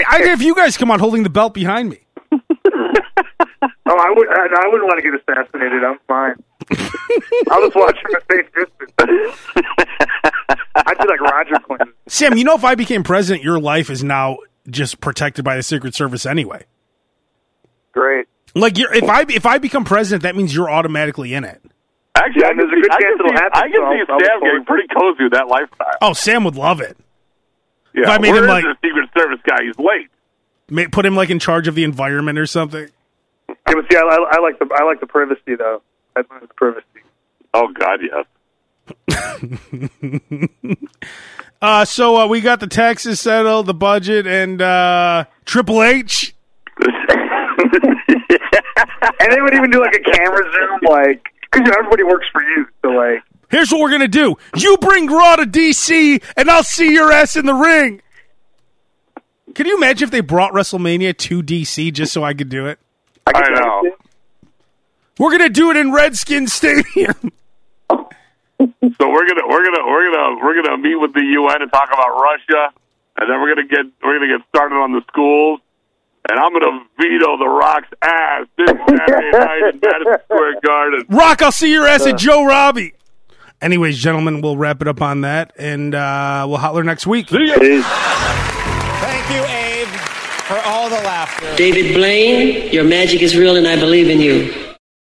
Speaker 1: I if you guys come on holding the belt behind me.
Speaker 2: Oh, I would. I, I wouldn't want to get assassinated. I'm fine. I'll just watch him at safe distance. I'd be like Roger Clinton.
Speaker 1: Sam, you know if I became president, your life is now just protected by the Secret Service anyway.
Speaker 2: Great.
Speaker 1: Like you're, if I if I become president, that means you're automatically in it.
Speaker 3: Actually,
Speaker 2: Yeah,
Speaker 3: I can
Speaker 2: there's a good
Speaker 3: see- I
Speaker 2: chance
Speaker 3: can
Speaker 2: it'll
Speaker 3: see-
Speaker 2: happen,
Speaker 3: I can
Speaker 2: so
Speaker 3: see
Speaker 2: I'll- I'll look
Speaker 3: Sam getting
Speaker 2: forward to
Speaker 3: pretty cozy with that lifestyle.
Speaker 1: Oh, Sam would love it.
Speaker 3: Yeah,
Speaker 1: if I made
Speaker 3: where
Speaker 1: him,
Speaker 3: is
Speaker 1: like-
Speaker 3: the Secret Service guy? He's late.
Speaker 1: Ma- Put him like in charge of the environment or something.
Speaker 2: Yeah, but see, I, I, I like the I like the privacy though. I like the privacy.
Speaker 3: Oh God, yes.
Speaker 1: Uh, so uh, we got the taxes settled, the budget, and uh, Triple H.
Speaker 2: And they would even do like a camera zoom, like because you know, everybody works for you. So like,
Speaker 1: Here's what we're gonna do: you bring Raw to DC, and I'll see your ass in the ring. Can you imagine if they brought WrestleMania to DC just so I could do it?
Speaker 3: I
Speaker 2: can
Speaker 3: know.
Speaker 2: understand.
Speaker 1: We're gonna do it in Redskin Stadium.
Speaker 3: So we're gonna we're gonna we're gonna we're gonna meet with the UN and talk about Russia, and then we're gonna get we're gonna get started on the schools, and I'm gonna veto the Rock's ass this Saturday night in Madison Square Garden.
Speaker 1: Rock, I'll see your ass at Joe Robbie. Anyways, gentlemen, we'll wrap it up on that, and uh, we'll holler next week.
Speaker 5: Thank you, Abe, for all the laughter.
Speaker 6: David Blaine, your magic is real and I believe in you.